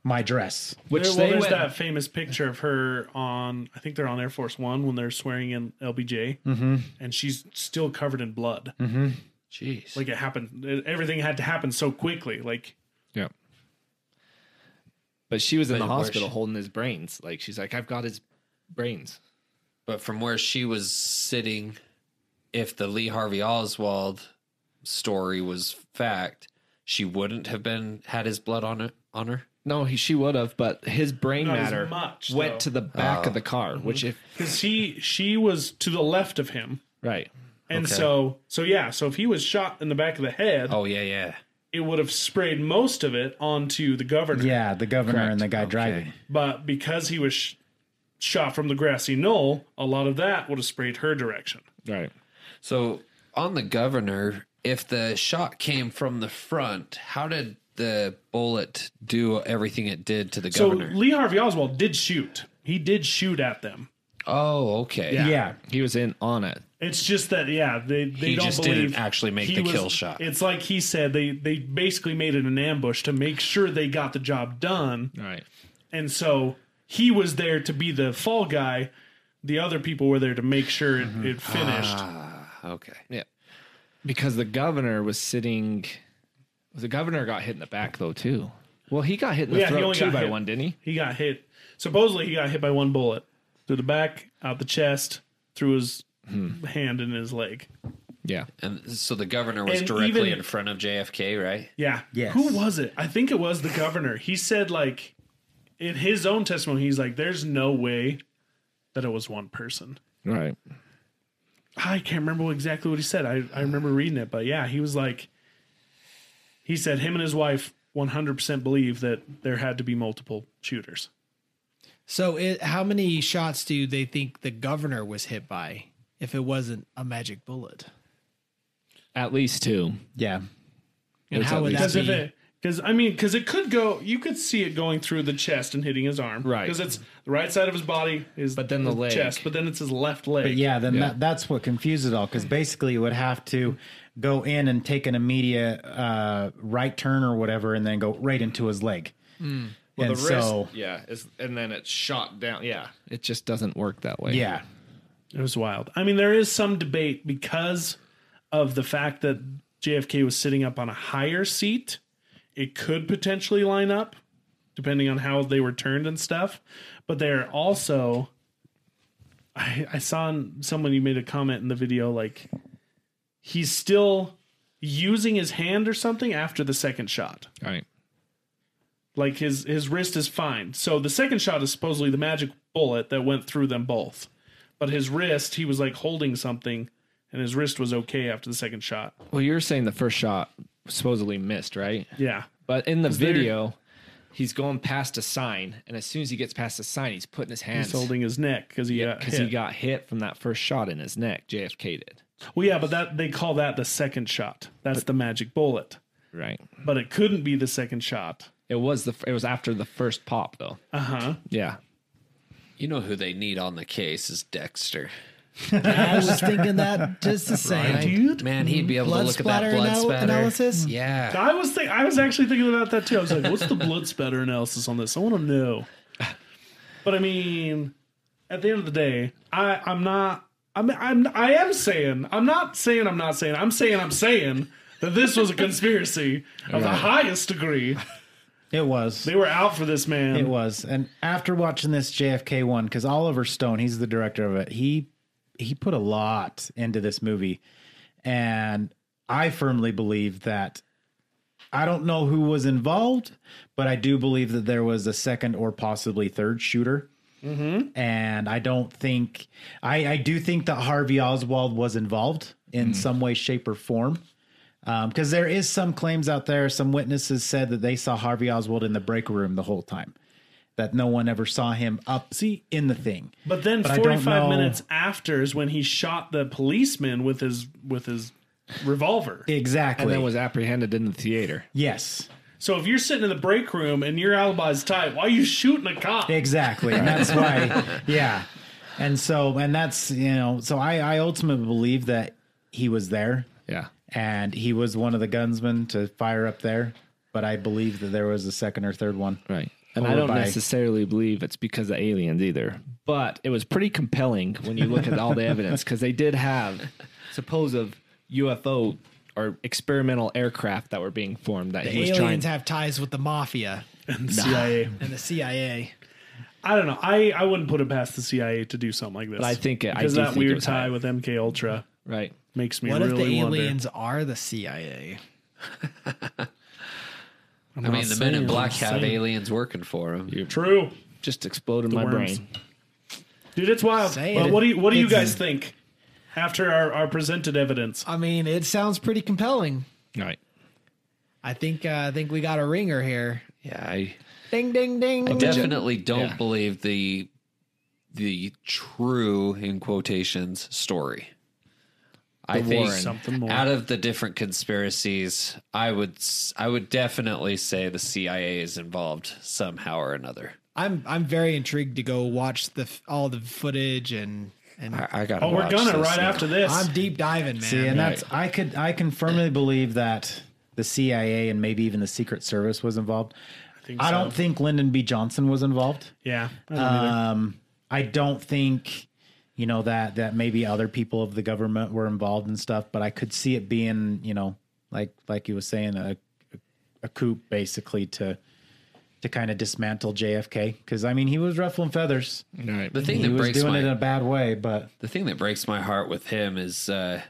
S5: my dress.
S4: Which
S1: There- well,
S4: they
S1: there's
S4: went,
S1: that famous picture of her on, I think they're on Air Force One when they're swearing in LBJ, and she's still covered in blood.
S4: Jeez.
S1: Like it happened, it- everything had to happen so quickly. Like
S4: Yeah. But she was in
S2: But
S4: the
S2: where
S4: hospital
S2: she-
S4: holding his brains. Like she's like, I've got his brains.
S2: But from where she was sitting, if the Lee Harvey Oswald story was fact, she wouldn't have been had his blood on it on her.
S4: No, he, she would have, but his brain
S1: Not as
S4: matter
S1: much,
S4: went
S1: though.
S4: to the back of the car, which if
S1: because she she was to the left of him,
S4: right,
S1: and so so yeah. So if he was shot in the back of the head,
S2: Oh yeah, yeah.
S1: it would have sprayed most of it onto the governor.
S5: Yeah, the governor and the guy driving.
S1: But because he was sh- shot from the grassy knoll, a lot of that would have sprayed her direction.
S4: right,
S2: So on the governor, if the shot came from the front, how did the bullet do everything it did to the
S1: So
S2: governor?
S1: Lee Harvey Oswald did shoot. He did shoot at them.
S2: oh, okay.
S1: Yeah.
S5: Yeah,
S4: he was in on it.
S1: It's just that yeah, they they
S2: He
S1: don't
S2: just
S1: believe
S2: didn't actually make
S1: he
S2: the
S1: was-
S2: kill shot.
S1: It's like he said they they basically made it an ambush to make sure they got the job done,
S4: Right.
S1: and so he was there to be the fall guy. The other people were there to make sure it,
S2: Mm-hmm.
S1: it finished.
S2: Ah. Okay.
S4: Yeah. Because the governor was sitting the governor got hit in the back though too. Well, he got hit in the
S1: Yeah, he
S4: throat
S1: only
S4: too
S1: got
S4: by
S1: hit.
S4: one, didn't he?
S1: He got hit. Supposedly, he got hit by one bullet through the back, out the chest, through his
S2: Hmm.
S1: hand and his leg.
S4: Yeah.
S2: And so the governor was
S1: And
S2: directly
S1: even-
S2: in front of JFK, right?
S1: Yeah.
S5: Yes.
S1: Who was it? I think it was the governor. He said, like, in his own testimony, he's like, there's no way that it was one person.
S4: Right.
S1: I can't remember exactly what he said. I, I remember reading it, but yeah, he was like, he said him and his wife 100% believe that there had to be multiple shooters.
S3: So, it, how many shots do they think the governor was hit by? If if it wasn't a magic bullet?
S4: At least two.
S5: Yeah.
S3: And how would that
S1: Because if
S3: be?
S1: it, because I mean, because it could go, you could see it going through the chest and hitting his arm,
S4: Right.
S1: Because it's the right side of his body is,
S4: But then the
S1: his
S4: leg.
S1: chest, but then it's his left leg.
S5: But yeah, then
S4: Yeah.
S5: That, that's what confuses it all because basically you would have to go in and take an immediate uh, right turn or whatever and then go right into his leg.
S4: Hmm. Well,
S5: and
S4: the wrist,
S5: so,
S4: yeah, is, and then it's shot down. Yeah, it just doesn't work that way.
S5: yeah.
S1: It was wild. I mean, there is some debate because of the fact that JFK was sitting up on a higher seat. It could potentially line up, depending on how they were turned and stuff. But they're also, I, I saw in- someone you made a comment in the video like he's still using his hand or something after the second shot.
S4: All right.
S1: Like his his wrist is fine. So the second shot is supposedly the magic bullet that went through them both. But his wrist, he was like holding something, and his wrist was okay after the second shot.
S4: Well, you were saying the first shot supposedly missed, right?
S1: Yeah,
S4: But in the
S1: there-
S4: video, he's going past a sign, and as soon as he gets past the sign, he's putting his hands
S1: he's holding his neck because he got
S4: because
S1: hit.
S4: he got hit from that first shot in his neck. JFK did.
S1: well, yeah, but that they call that the second shot. That's the magic bullet.
S4: Right.
S1: But it couldn't be the second shot.
S4: It was the it was after the first pop though.
S1: Uh huh.
S4: Yeah.
S2: You know who they need on the case is Dexter.
S3: I was thinking that just the same.
S2: Man, he'd be able
S3: Blood
S2: to look at that
S3: splatter
S2: blood
S3: anal-
S2: spatter.
S3: analysis?
S1: Hmm.
S2: Yeah.
S1: I was think I was actually thinking about that too. I was like, what's the blood spatter analysis on this? I want to know. But I mean, at the end of the day, I I'm not I'm I'm I am saying I'm not saying I'm not saying I'm saying I'm saying that this was a conspiracy of the highest degree.
S5: It was.
S1: They were out for this man.
S5: It was. And after watching this JFK one, because Oliver Stone, he's the director of it, he he put a lot into this movie. And I firmly believe that I don't know who was involved, but I do believe that there was a second or possibly third shooter. And I don't think I, I do think that Harvey Oswald was involved
S1: Mm-hmm.
S5: in some way, shape, or form. Because there is some claims out there, some witnesses said that they saw Harvey Oswald in the break room the whole time, that no one ever saw him up see in the thing.
S1: But then
S5: But I don't
S1: 45
S5: know-
S1: minutes after is when he shot the policeman with his with his revolver.
S5: Exactly.
S4: And then was apprehended in the theater.
S5: yes,
S1: So if you're sitting in the break room and your alibi's tight, why are you shooting a cop?
S5: exactly, and that's why. Yeah, and so and that's you know so I I ultimately believe that he was there
S4: Yeah.
S5: and he was one of the gunsmen to fire up there. But I believe that there was a second or third one.
S4: Right. And I
S5: Over
S4: don't
S5: by-
S4: necessarily believe it's because of aliens either. But it was pretty compelling when you look at all the evidence because they did have supposed UFO or experimental aircraft that were being formed that he was
S3: Aliens
S4: trying
S3: have ties with the mafia
S1: CIA.
S3: and the CIA.
S1: I don't know. I, I wouldn't put it past the CIA to do something like this.
S4: But I think it- I
S1: because
S4: do
S1: that
S4: think it
S1: weird
S4: was
S1: tie
S4: high.
S1: with MK Ultra
S4: Right.
S1: makes me
S3: What if
S1: really
S3: the
S1: wonder.
S3: aliens are the CIA?
S2: I mean, the men in black have
S1: saying.
S2: aliens working for them.
S1: True,
S4: Just exploded my
S1: worms.
S4: brain.
S1: dude. It's wild.
S3: Say
S1: Well,
S3: it.
S1: what do you What do you
S3: It's-
S1: guys think after our, our presented evidence?
S3: I mean, it sounds pretty compelling.
S4: Right.
S3: I think uh, I think we got a ringer here.
S2: Yeah, I
S3: Ding ding ding.
S2: definitely don't believe the the true in quotations story. I think
S4: Warren.
S1: Something more.
S2: out of the different conspiracies, I would s- I would definitely say the CIA is involved somehow or another.
S3: I'm I'm very intrigued to go watch the f- all the footage and and
S2: I, I got.
S1: Oh, we're gonna right after this.
S3: I'm deep diving, man.
S5: See, and that's I could I can firmly believe that the CIA and maybe even the Secret Service was involved. I, don't think Lyndon B. Johnson was involved.
S1: yeah, I don't either.
S5: Um, I don't think you know that that maybe other people of the government were involved and stuff, but I could see it being you know like like you were saying a a coup basically to to kind of dismantle JFK because I mean he was ruffling feathers.
S4: Right.
S2: The thing
S5: He
S2: that
S5: was
S2: breaks
S5: doing
S2: my
S5: it in a bad way, but
S2: the thing that breaks my heart with him is uh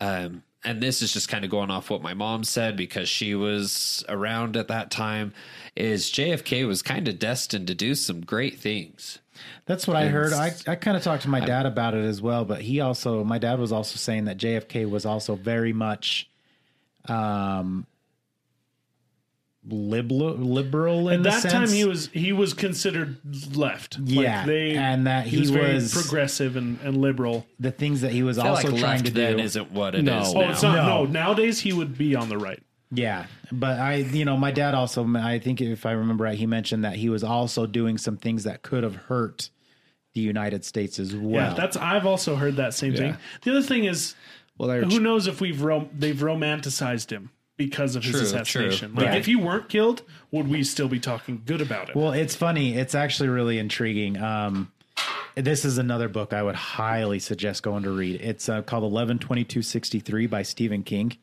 S2: um and this is just kind of going off what my mom said because she was around at that time is JFK was kind of destined to do some great things.
S5: That's what I heard. I, I kind of talked to my dad about it as well, but he also, my dad was also saying that JFK was also very much, um, liberal, liberal in
S1: At
S5: the
S1: that
S5: sense.
S1: time, he was he was considered left.
S5: Yeah, and that he was-
S1: progressive and, and liberal.
S5: the things that he was also trying to
S2: then
S5: do.
S2: isn't what it is
S4: No.
S1: Oh,
S2: now.
S1: it's not. No.
S5: No.
S1: nowadays he would be on the right.
S5: Yeah, but I, you know, my dad also, I think if I remember right, he mentioned that he was also doing some things that could have hurt the United States as well.
S1: Yeah, that's. I've also heard that same thing.
S4: Yeah.
S1: The other thing is,
S4: Well, they're
S1: who knows if we've rom- they've romanticized him because of his
S2: True,
S1: assassination.
S2: true.
S1: Like,
S5: Right.
S1: if he weren't killed, would we still be talking good about him?
S5: well, it's funny. It's actually really intriguing. Um, this is another book I would highly suggest going to read. It's uh, called 112263 by Stephen King.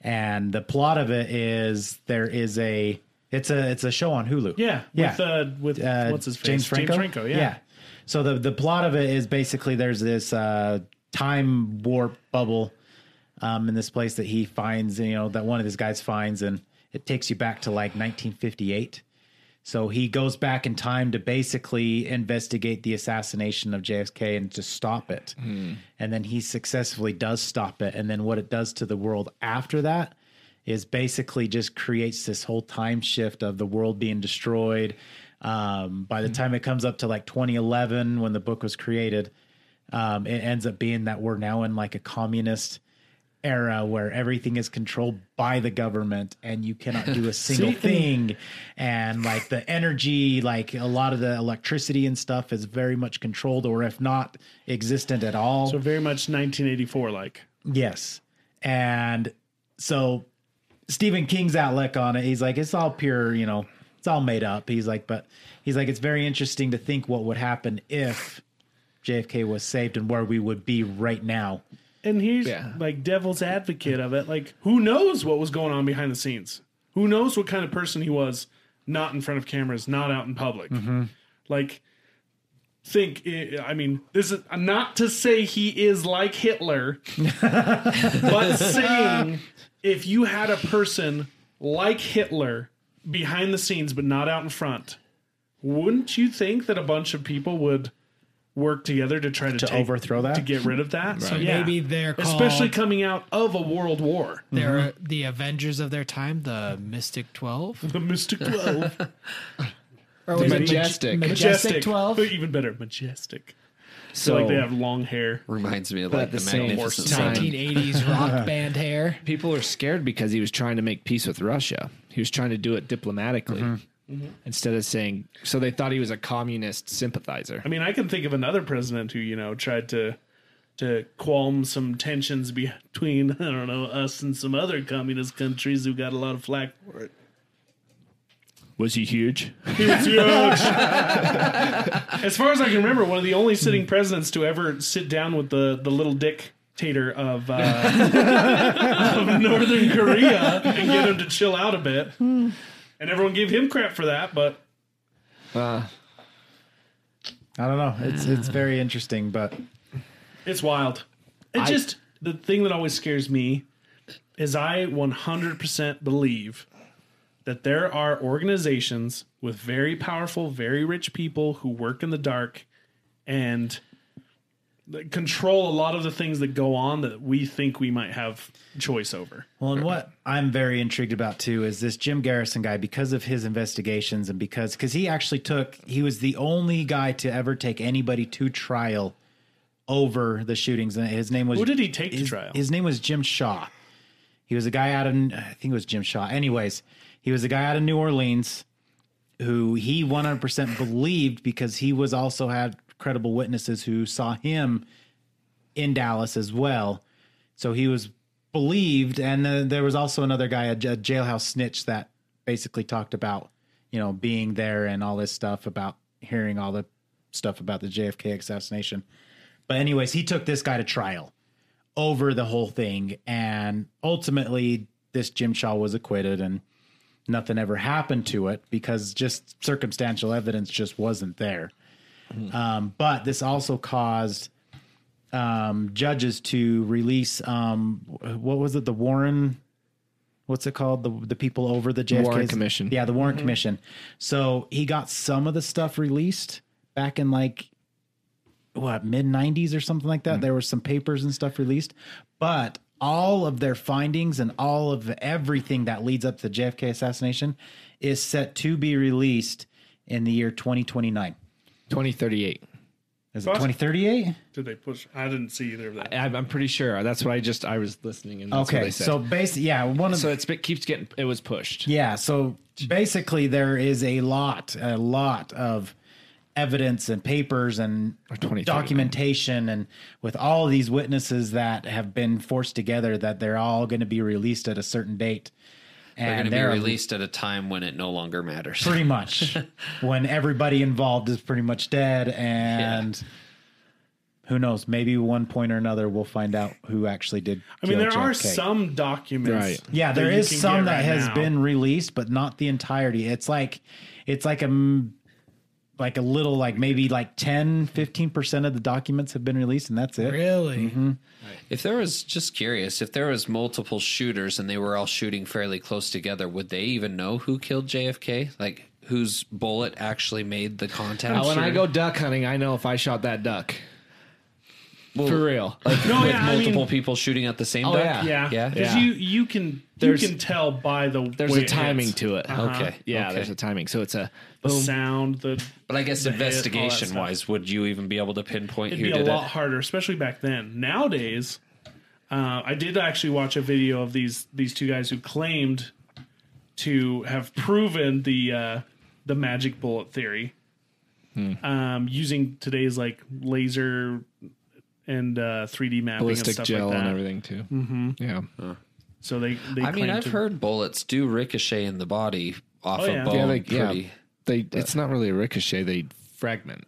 S5: And the plot of it is there is a it's a it's a show on Hulu.
S1: yeah, with uh, with
S5: uh,
S1: what's his face?
S5: James Franco.
S1: yeah.
S5: So the the plot of it is basically there's this uh, time warp bubble um, in this place that he finds, you know, that one of these guys finds, and it takes you back to like 1958. So he goes back in time to basically investigate the assassination of JFK and to stop it. And then he successfully does stop it. And then what it does to the world after that is basically just creates this whole time shift of the world being destroyed. Um, by the time it comes up to like 2011, when the book was created, um, it ends up being that we're now in like a communist era where everything is controlled by the government and you cannot do a single thing and like the energy like a lot of the electricity and stuff is very much controlled or if not existent at all
S1: So very much 1984 like.
S5: Yes. And so Stephen King's outlook on it, he's like, it's all pure, you know, it's all made up. He's like, but he's like, it's very interesting to think what would happen if JFK was saved and where we would be right now.
S1: And he's
S4: Yeah.
S1: like devil's advocate of it. Like, who knows what was going on behind the scenes? Who knows what kind of person he was, not in front of cameras, not out in public? Like, think, I I mean, this is not to say he is like Hitler, but saying if you had a person like Hitler behind the scenes, but not out in front, wouldn't you think that a bunch of people would? Work together to try to, take-
S5: overthrow that?
S1: to get rid of that. So Oh, yeah.
S3: Maybe they're called
S1: especially coming out of a world war.
S3: they're
S2: Mm-hmm.
S3: the Avengers of their time, the Mystic Twelve,
S1: The Mystic Twelve,
S3: or was it Mag- Majestic,
S4: Majestic.
S1: majestic
S3: Twelve.
S1: Or even better, majestic.
S4: so
S1: like they have long hair.
S2: Reminds me of
S4: But
S2: like
S4: at
S2: the,
S4: the same
S2: Magnificent
S4: time-
S2: Seven.
S3: 1980s rock band hair.
S4: people are scared because he was trying to make peace with Russia. He was trying to do it diplomatically Mm-hmm. instead of saying. So they thought he was a communist sympathizer.
S1: I mean, I can think of another president who you know tried to to qualm some tensions between I don't know us and some other communist countries who got a lot of flack for it.
S4: Was he huge?
S1: It's huge. as far as I can remember, one of the only sitting presidents to ever sit down with the the little dictator of, uh, of Northern Korea and get him to chill out a bit. And everyone gave him crap for that, but
S4: Uh,
S5: I don't know. It's it's very interesting, but
S1: it's wild. It just the thing that always scares me is I 100% believe that there are organizations with very powerful, very rich people who work in the dark and that control a lot of the things that go on that we think we might have choice over.
S5: Well, and what I'm very intrigued about too is this Jim Garrison guy because of his investigations and because because he actually took he was the only guy to ever take anybody to trial over the shootings and his name was
S1: Who did he take to
S5: his-
S1: trial?
S5: His name was Jim Shaw. He was a guy out of I think it was Jim Shaw. Anyways, he was a guy out of New Orleans who he 100% believed because he was also had credible witnesses who saw him in Dallas as well. So he was believed, and then there was also another guy, a, j- a jailhouse snitch, that basically talked about you know being there and all this stuff about hearing all the stuff about the JFK assassination. But anyways, he took this guy to trial over the whole thing, and ultimately, this Jim Shaw was acquitted, and nothing ever happened to it because just circumstantial evidence just wasn't there. Um, but this also caused um, judges to release um, what was it the Warren what's it called the the people over the JFK
S4: Warren Commission.
S5: yeah the Warren Commission so he got some of the stuff released back in like
S4: Mm-hmm.
S5: what mid 90s or something like that there were some papers and stuff released but all of their findings and all of everything that leads up to the JFK assassination is set to be released in the year 2029.
S4: 2038.
S5: Is it 2038?
S1: Did they push? I didn't see either of that.
S4: I'm I'm pretty sure. That's what I just I was listening and that's what
S5: Okay,
S4: they said.
S5: so basically, yeah, one of
S4: so it's it keeps getting it was pushed.
S5: Yeah. So basically, there is a lot, a lot of evidence and papers and
S4: 20, 30.
S5: documentation, and with all of these witnesses that have been forced together, that they're all going to be released at a certain date.
S2: They're going
S5: And
S2: to be released at a time when it no longer matters.
S5: pretty much when everybody involved is pretty much dead, and who knows? Maybe one point or another, we'll find out who actually did.
S1: I mean,
S5: kill
S1: there are
S5: JFK.
S1: some documents.
S4: Right.
S5: Yeah, there
S1: that you
S5: is
S1: can
S5: some
S1: get
S5: that
S1: right
S5: has
S1: now.
S5: been released, but not the entirety. It's like it's like a m- like a little like maybe like 10 15% of the documents have been released and that's it.
S3: Really?
S1: Mm-hmm.
S2: If there was just curious, if there was multiple shooters and they were all shooting fairly close together, would they even know who killed JFK? Like whose bullet actually made the contact?
S4: Now, when I go duck hunting, I know if I shot that duck. For real.
S2: like
S1: No,
S2: with
S1: yeah, I
S2: multiple
S1: mean-
S2: people shooting at the same
S4: Oh,
S2: duck?
S4: yeah.
S1: Yeah,
S2: yeah.
S1: Because you you can
S4: There's-
S1: you can tell by the
S4: there's
S1: way
S4: a timing
S1: hits.
S4: to it.
S2: Okay,
S4: Yeah,
S2: okay.
S4: there's a timing. So it's a
S1: the
S4: boom.
S1: sound. The
S2: But I guess
S1: the hit, all that
S2: investigation
S1: stuff.
S2: wise, would you even be able to pinpoint
S1: it'd
S2: who
S1: be a
S2: did
S1: lot
S2: it?
S1: harder, especially back then. Nowadays, uh, I did actually watch a video of these these two guys who claimed to have proven the uh, the magic bullet theory
S2: Hmm.
S1: um, using today's like laser and uh, 3D mapping and
S4: ballistic
S1: stuff
S4: gel
S1: like that.
S4: and everything too. Mm-hmm. Yeah.
S1: So they, they
S2: I mean,
S1: claim
S2: I've
S1: to-
S2: heard bullets do ricochet in the body off
S1: Oh,
S2: a
S1: yeah.
S2: bone.
S1: Yeah,
S4: like, yeah.
S2: pretty-
S4: They it's not really a ricochet, they fragment.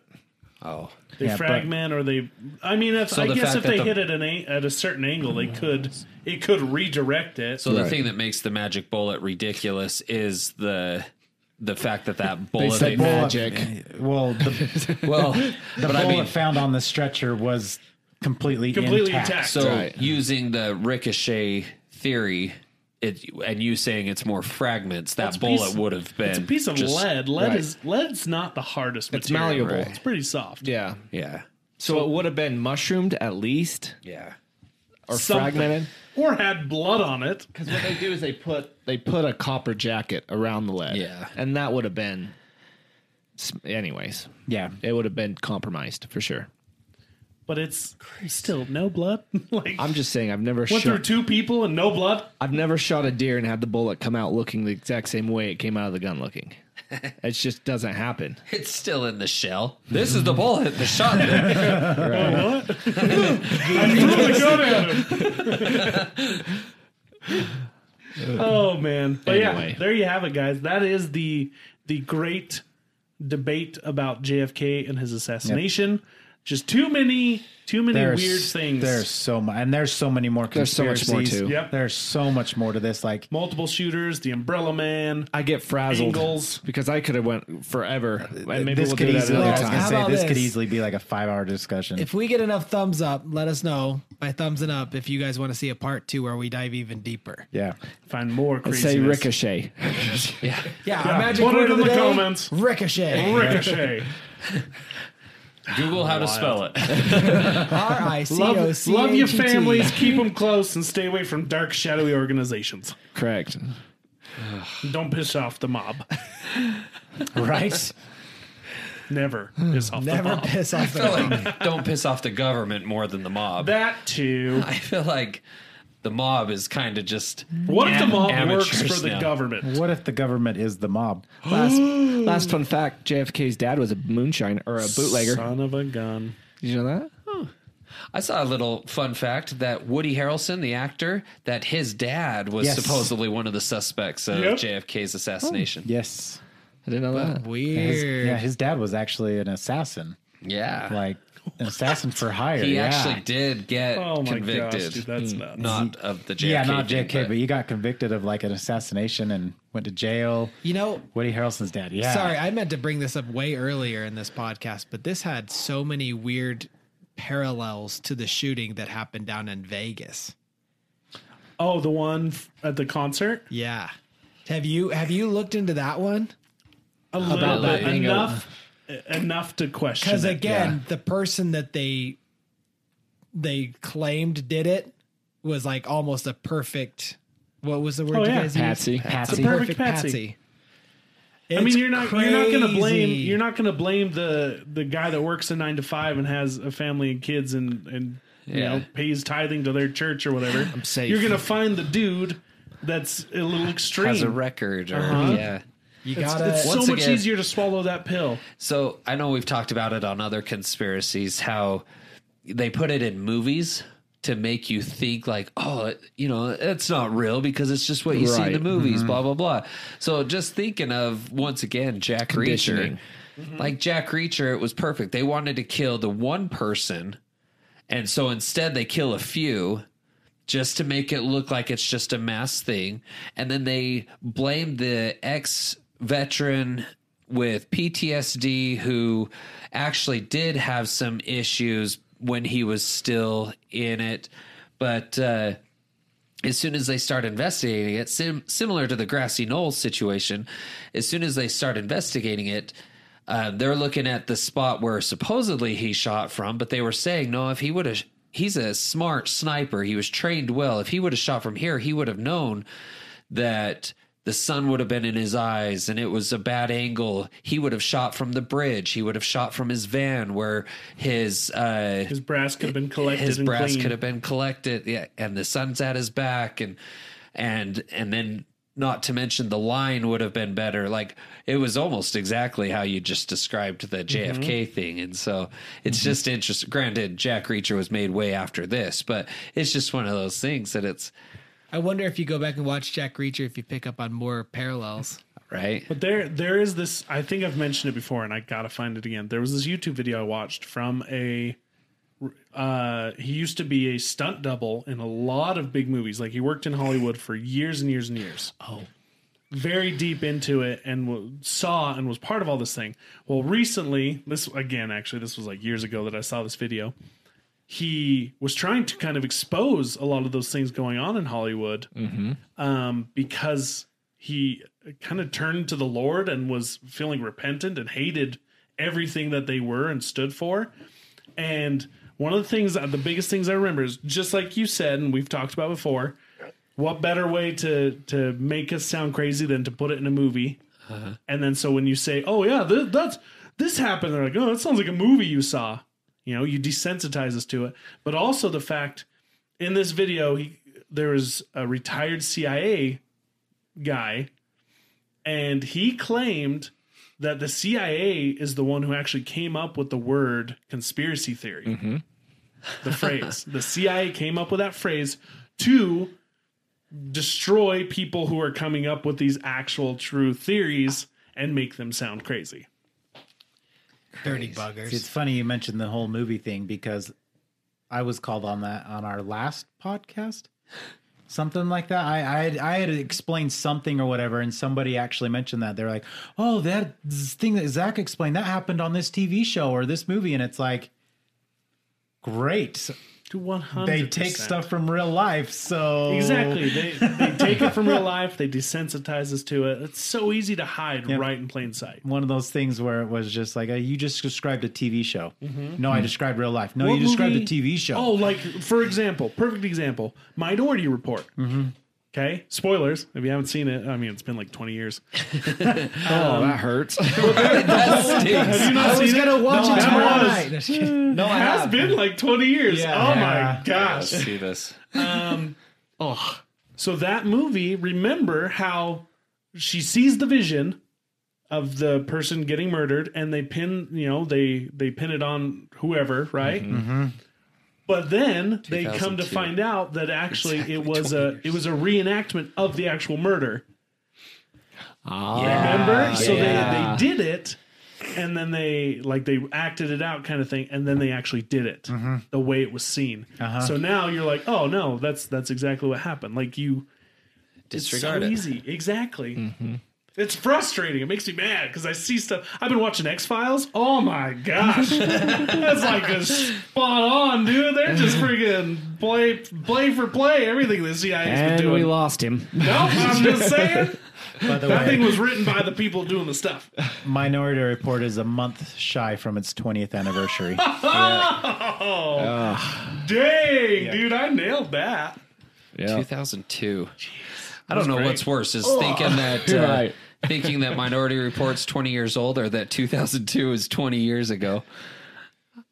S2: Oh,
S1: they
S5: Yeah, but-
S1: fragment or they. I mean, if,
S2: So
S1: I
S2: the
S1: guess
S2: fact
S1: if
S2: that
S1: they
S2: the-
S1: hit it an a, at a certain angle, they could it could redirect it.
S2: so the thing that makes the magic bullet ridiculous is the the fact that that bullet
S4: said
S2: they-
S4: bullet.
S5: Well,
S4: Magic.
S5: Well, the,
S2: well,
S5: the
S2: but
S5: bullet
S2: I mean,
S5: found on the stretcher was completely
S1: Completely
S5: intact.
S1: intact.
S2: So
S4: Right.
S2: using the ricochet theory, it and you saying it's more fragments, that
S1: It's a
S2: bullet
S1: piece-
S2: would have been
S1: It's a piece of
S2: just-
S1: lead. Lead
S4: right.
S1: is lead's not the hardest.
S4: It's
S1: material.
S4: malleable.
S1: It's pretty soft.
S4: Yeah.
S2: Yeah,
S4: So, it would have been mushroomed at least
S2: yeah.
S4: or
S1: Something.
S4: fragmented.
S1: Or had blood on it.
S4: Because what they do is they put they put a copper jacket around the lead.
S2: Yeah.
S4: And that would have been s- anyways.
S5: Yeah.
S4: It would have been compromised for sure.
S1: But it's still no blood. like
S4: I'm just saying I've never
S1: went through
S4: shot
S1: two people and no blood.
S4: I've never shot a deer and had the bullet come out looking the exact same way it came out of the gun looking. it just doesn't happen.
S2: It's still in the shell. This is the bullet that shot it.
S1: I threw the gun at him. oh man. But
S4: Anyway.
S1: yeah, there you have it, guys. That is the the great debate about JFK and his assassination. Just too many too many
S5: There's,
S1: weird things.
S5: There's so much, and there's so many more.
S4: There's so much more,
S5: conspiracies.
S4: too.
S1: Yep.
S5: There's so much more to this. Like,
S1: multiple shooters, the umbrella man.
S4: I get frazzled
S1: Angles.
S4: because I could have went forever. And maybe
S5: this
S4: we'll
S5: could
S4: do that
S5: easily. I
S4: another
S5: was gonna
S4: time.
S3: How
S5: say
S3: about
S5: this, could
S3: this?
S5: easily be like a five-hour discussion.
S3: If we get enough thumbs up, let us know by thumbs and up if you guys want to see a part two where we dive even deeper.
S5: yeah.
S1: Find more
S4: Let's
S1: craziness.
S4: say ricochet.
S3: Yeah, our magic
S1: Put it
S3: word
S1: in
S3: of the,
S1: the
S3: day,
S1: comments.
S3: Ricochet.
S1: Ricochet.
S2: Google how to spell it.
S3: R I C E
S1: Love,
S3: O C.
S1: love your families, keep them close, and stay away from dark, shadowy organizations.
S4: Correct.
S1: Don't piss off the mob.
S5: Right?
S1: Never piss off the
S3: Never
S1: mob.
S3: piss off the
S2: I feel like don't piss off the government more than the mob.
S1: that too.
S2: I feel like the mob is kind of just
S1: What if the
S2: am-
S1: mob works
S2: amateurs
S1: for the
S2: now.
S1: government?
S5: what if the government is the mob?
S4: Last, last fun fact: JFK's dad was a moonshiner or a bootlegger.
S1: Son of a gun.
S4: Did you know that?
S2: I saw a little fun fact that Woody Harrelson, the actor, that his dad was
S5: Yes.
S2: supposedly one of the suspects of
S1: Yep.
S2: JFK's assassination.
S5: Yes.
S4: I didn't know that.
S5: His-
S3: Weird.
S5: yeah, his dad was actually an assassin,
S2: yeah.
S5: like an assassin for hire.
S2: Ah. He
S5: yeah.
S2: actually did get
S1: Oh my
S2: convicted.
S1: gosh, dude, that's nuts.
S2: Not of the JFK.
S5: yeah, not
S2: thing,
S5: JFK, but, he got convicted of like an assassination and went to jail.
S3: You know,
S5: Woody Harrelson's dad. Yeah.
S3: Sorry, I meant to bring this up way earlier in this podcast, but this had so many weird parallels to the shooting that happened down in Vegas.
S1: Oh, the one f- at the concert?
S3: Yeah. Have you have you looked into that one?
S1: A little
S2: that
S1: bit.
S2: thing of-
S1: Enough, enough to question.
S3: Because
S1: it.
S3: again, the person that they they claimed did it was like almost a perfect. What was the word
S1: Oh,
S3: you
S1: yeah.
S3: guys
S4: Patsy.
S3: used?
S4: Patsy.
S3: A
S1: Perfect
S3: perfect
S1: Patsy.
S3: Patsy.
S1: I mean,
S3: It's
S1: you're not you're not gonna blame
S3: crazy.
S1: you're not gonna blame the the guy that works a nine to five and has a family and kids and and you
S2: Yeah.
S1: know pays tithing to their church or whatever. I'm
S4: safe.
S1: You're gonna find the dude that's a little extreme.
S2: has a record or
S1: Uh-huh.
S2: yeah.
S3: You
S1: It's-
S3: gotta.
S1: it's so
S2: Once
S1: much
S2: again-
S1: easier to swallow that pill.
S2: So I know we've talked about it on other conspiracies how they put it in movies to make you think like, oh, it- you know, it's not real because it's just what you see in the
S4: Right.
S2: movies,
S5: Mm-hmm.
S2: blah blah blah. So just thinking of once again Jack Reacher,
S4: Conditioning.
S1: Mm-hmm.
S2: like Jack Reacher, it was perfect. They wanted to kill the one person, and so instead they kill a few just to make it look like it's just a mass thing. And then they blame the ex veteran with PTSD who actually did have some issues when he was still in it. But uh, as soon as they start investigating it, sim- similar to the grassy knoll situation, as soon as they start investigating it, uh, they're looking at the spot where supposedly he shot from, but they were saying, no, if he would have, he's a smart sniper. He was trained well. If he would have shot from here, he would have known that the sun would have been in his eyes and it was a bad angle. He would have shot from the bridge. He would have shot from his van where his, uh,
S1: His brass could have been collected.
S2: his
S1: and
S2: brass
S1: cleaned.
S2: could have been collected yeah and the sun's at his back and and and then not to mention the line would have been better like it was almost exactly how you just described the jfk
S1: Mm-hmm.
S2: thing and so it's just interesting granted jack reacher was made way after this but it's just one of those things that it's
S3: I wonder if you go back and watch Jack Reacher, if you pick up on more parallels.
S2: right
S1: But there, there is this. I think I've mentioned it before, and I gotta find it again. There was this YouTube video I watched from a. Uh, he used to be a stunt double in a lot of big movies. Like he worked in Hollywood for years and years and years. Oh, very deep into it, and w- saw and was part of all this thing. Well, recently, this again, actually, this was like years ago that I saw this video. He was trying to kind of expose a lot of those things going on in Hollywood um, because he kind of turned to the Lord and was feeling repentant and hated everything that they were and stood for. And one of the things, the biggest things I remember is just like you said, and we've talked about before. What better way to to make us sound crazy than to put it in a movie? And then so when you say, "Oh yeah, th- that's this happened," they're like, "Oh, that sounds like a movie you saw." You know, you desensitize us to it, but also the fact in this video, he there was a retired CIA guy, and he claimed that the CIA is the one who actually came up with the word conspiracy theory.
S5: Mm-hmm.
S1: The phrase. the CIA came up with that phrase to destroy people who are coming up with these actual true theories and make them sound crazy.
S3: Dirty
S5: See, it's
S3: buggers.
S5: funny you mentioned the whole movie thing because I was called on that on our last podcast. Something like that. I I had, I had explained something or whatever, and somebody actually mentioned that. They're like, "Oh, that thing that Zach explained that happened on this TV show or this movie," and it's like, great.
S1: To 100
S5: They take stuff from real life, so
S1: Exactly. They, they take it from real life. They desensitize us to it. It's so easy to hide right in plain sight.
S5: One of those things where it was just like, uh, "You just described a TV show." No, I described real life. No,
S1: Mm-hmm. What
S5: you described
S1: movie-
S5: a TV show.
S1: Oh, like for example, perfect example, Minority Report.
S5: Mm-hmm.
S1: Okay, spoilers. If you haven't seen it, I mean, it's been like twenty years.
S4: Oh, that hurts.
S1: Have you not
S3: I was
S1: seen
S3: gonna
S1: it?
S3: watch
S1: No,
S3: it
S1: that
S3: tomorrow
S1: was-
S3: night. No, just kidding.
S1: it has been like twenty years. oh my gosh!
S2: see this
S1: So that movie, remember how she sees the vision of the person getting murdered and they pin, you know, they they pin it on whoever, right? But then they come to
S2: 2002.
S1: find out that actually it was a it was a reenactment of the actual murder.
S4: Ah.
S1: Remember? so
S4: yeah.
S1: they they did it and then they like they acted it out kind of thing and then they actually did it the way it was seen. So now you're like, "Oh no, that's that's exactly what happened." Like you
S2: disregard
S1: it's so
S2: it
S1: easy. Exactly. It's frustrating. It makes me mad because I see stuff. I've been watching X Files. Oh my gosh, that's like a spot on, dude. They're just freaking play play for play. Everything the CIA's been
S4: and
S1: doing.
S4: we lost him.
S1: no, I'm just saying
S5: By the
S1: that
S5: way,
S1: thing was written by the people doing the stuff.
S5: Minority Report is a month shy from its 20th anniversary.
S1: Dang, dude, I nailed that.
S4: Yeah.
S2: 2002. I don't know what's worse is thinking that
S4: You're
S2: uh,
S4: right.
S2: thinking that Minority Report's 20 years old or that 2002 is 20 years ago.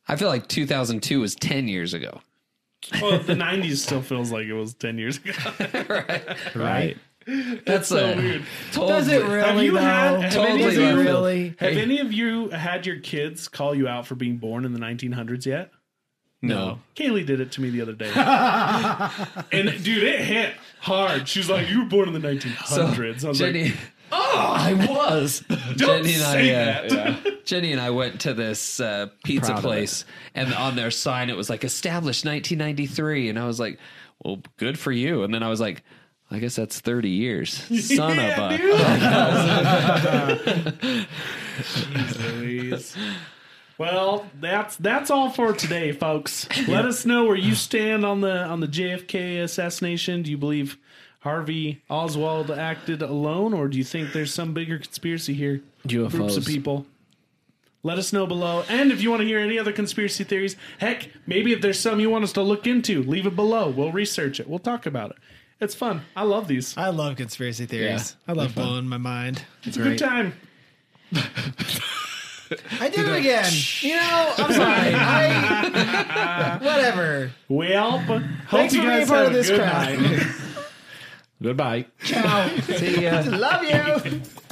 S2: I feel like 2002 was 10 years ago.
S1: Well, Oh, the '90s still feels like it was ten years ago.
S4: Right.
S2: That's, a,
S1: weird.
S2: Totally,
S3: Does it
S1: Have
S3: really?
S1: you
S3: though?
S1: had- have
S2: Totally
S1: any of
S3: Does it
S1: you-
S2: left.
S3: really?
S1: Have any of you had your kids call you out for being born in the 1900s yet?
S2: No.
S1: Kaylee did it to me the other day. and dude, it hit hard. She's like, You were born in the 1900s. I was
S2: Jenny,
S1: like,
S2: I was.
S1: Don't
S2: Jenny and I,
S1: say
S2: uh,
S1: that.
S2: Jenny and I went to this uh, pizza
S4: Proud of
S2: place, and on their sign it was like established 1993, and I was like, "Well, good for you." And then I was like, "I guess that's 30 years, son
S1: Yeah,
S2: of a."
S1: dude. Jeez Louise. Well, that's that's all for today, folks. Let us know where you stand on the on the JFK assassination. Do you believe Harvey Oswald acted alone, or do you think there's some bigger conspiracy here? Groups of
S4: UFOs.
S1: people. Let us know below. And if you want to hear any other conspiracy theories, heck, maybe if there's some you want us to look into, leave it below. We'll research it. We'll talk about it. It's fun. I love these.
S3: I love conspiracy theories. I love blowing my mind.
S1: It's a good time.
S3: I did it again. You know, I'm sorry. I, whatever.
S1: Well, but hope
S3: Thanks
S1: you
S3: for being
S1: guys
S3: part
S1: have
S3: of
S1: a
S3: this
S1: good
S3: crowd.
S1: night.
S4: Goodbye.
S3: Ciao.
S2: See ya.
S3: Love you.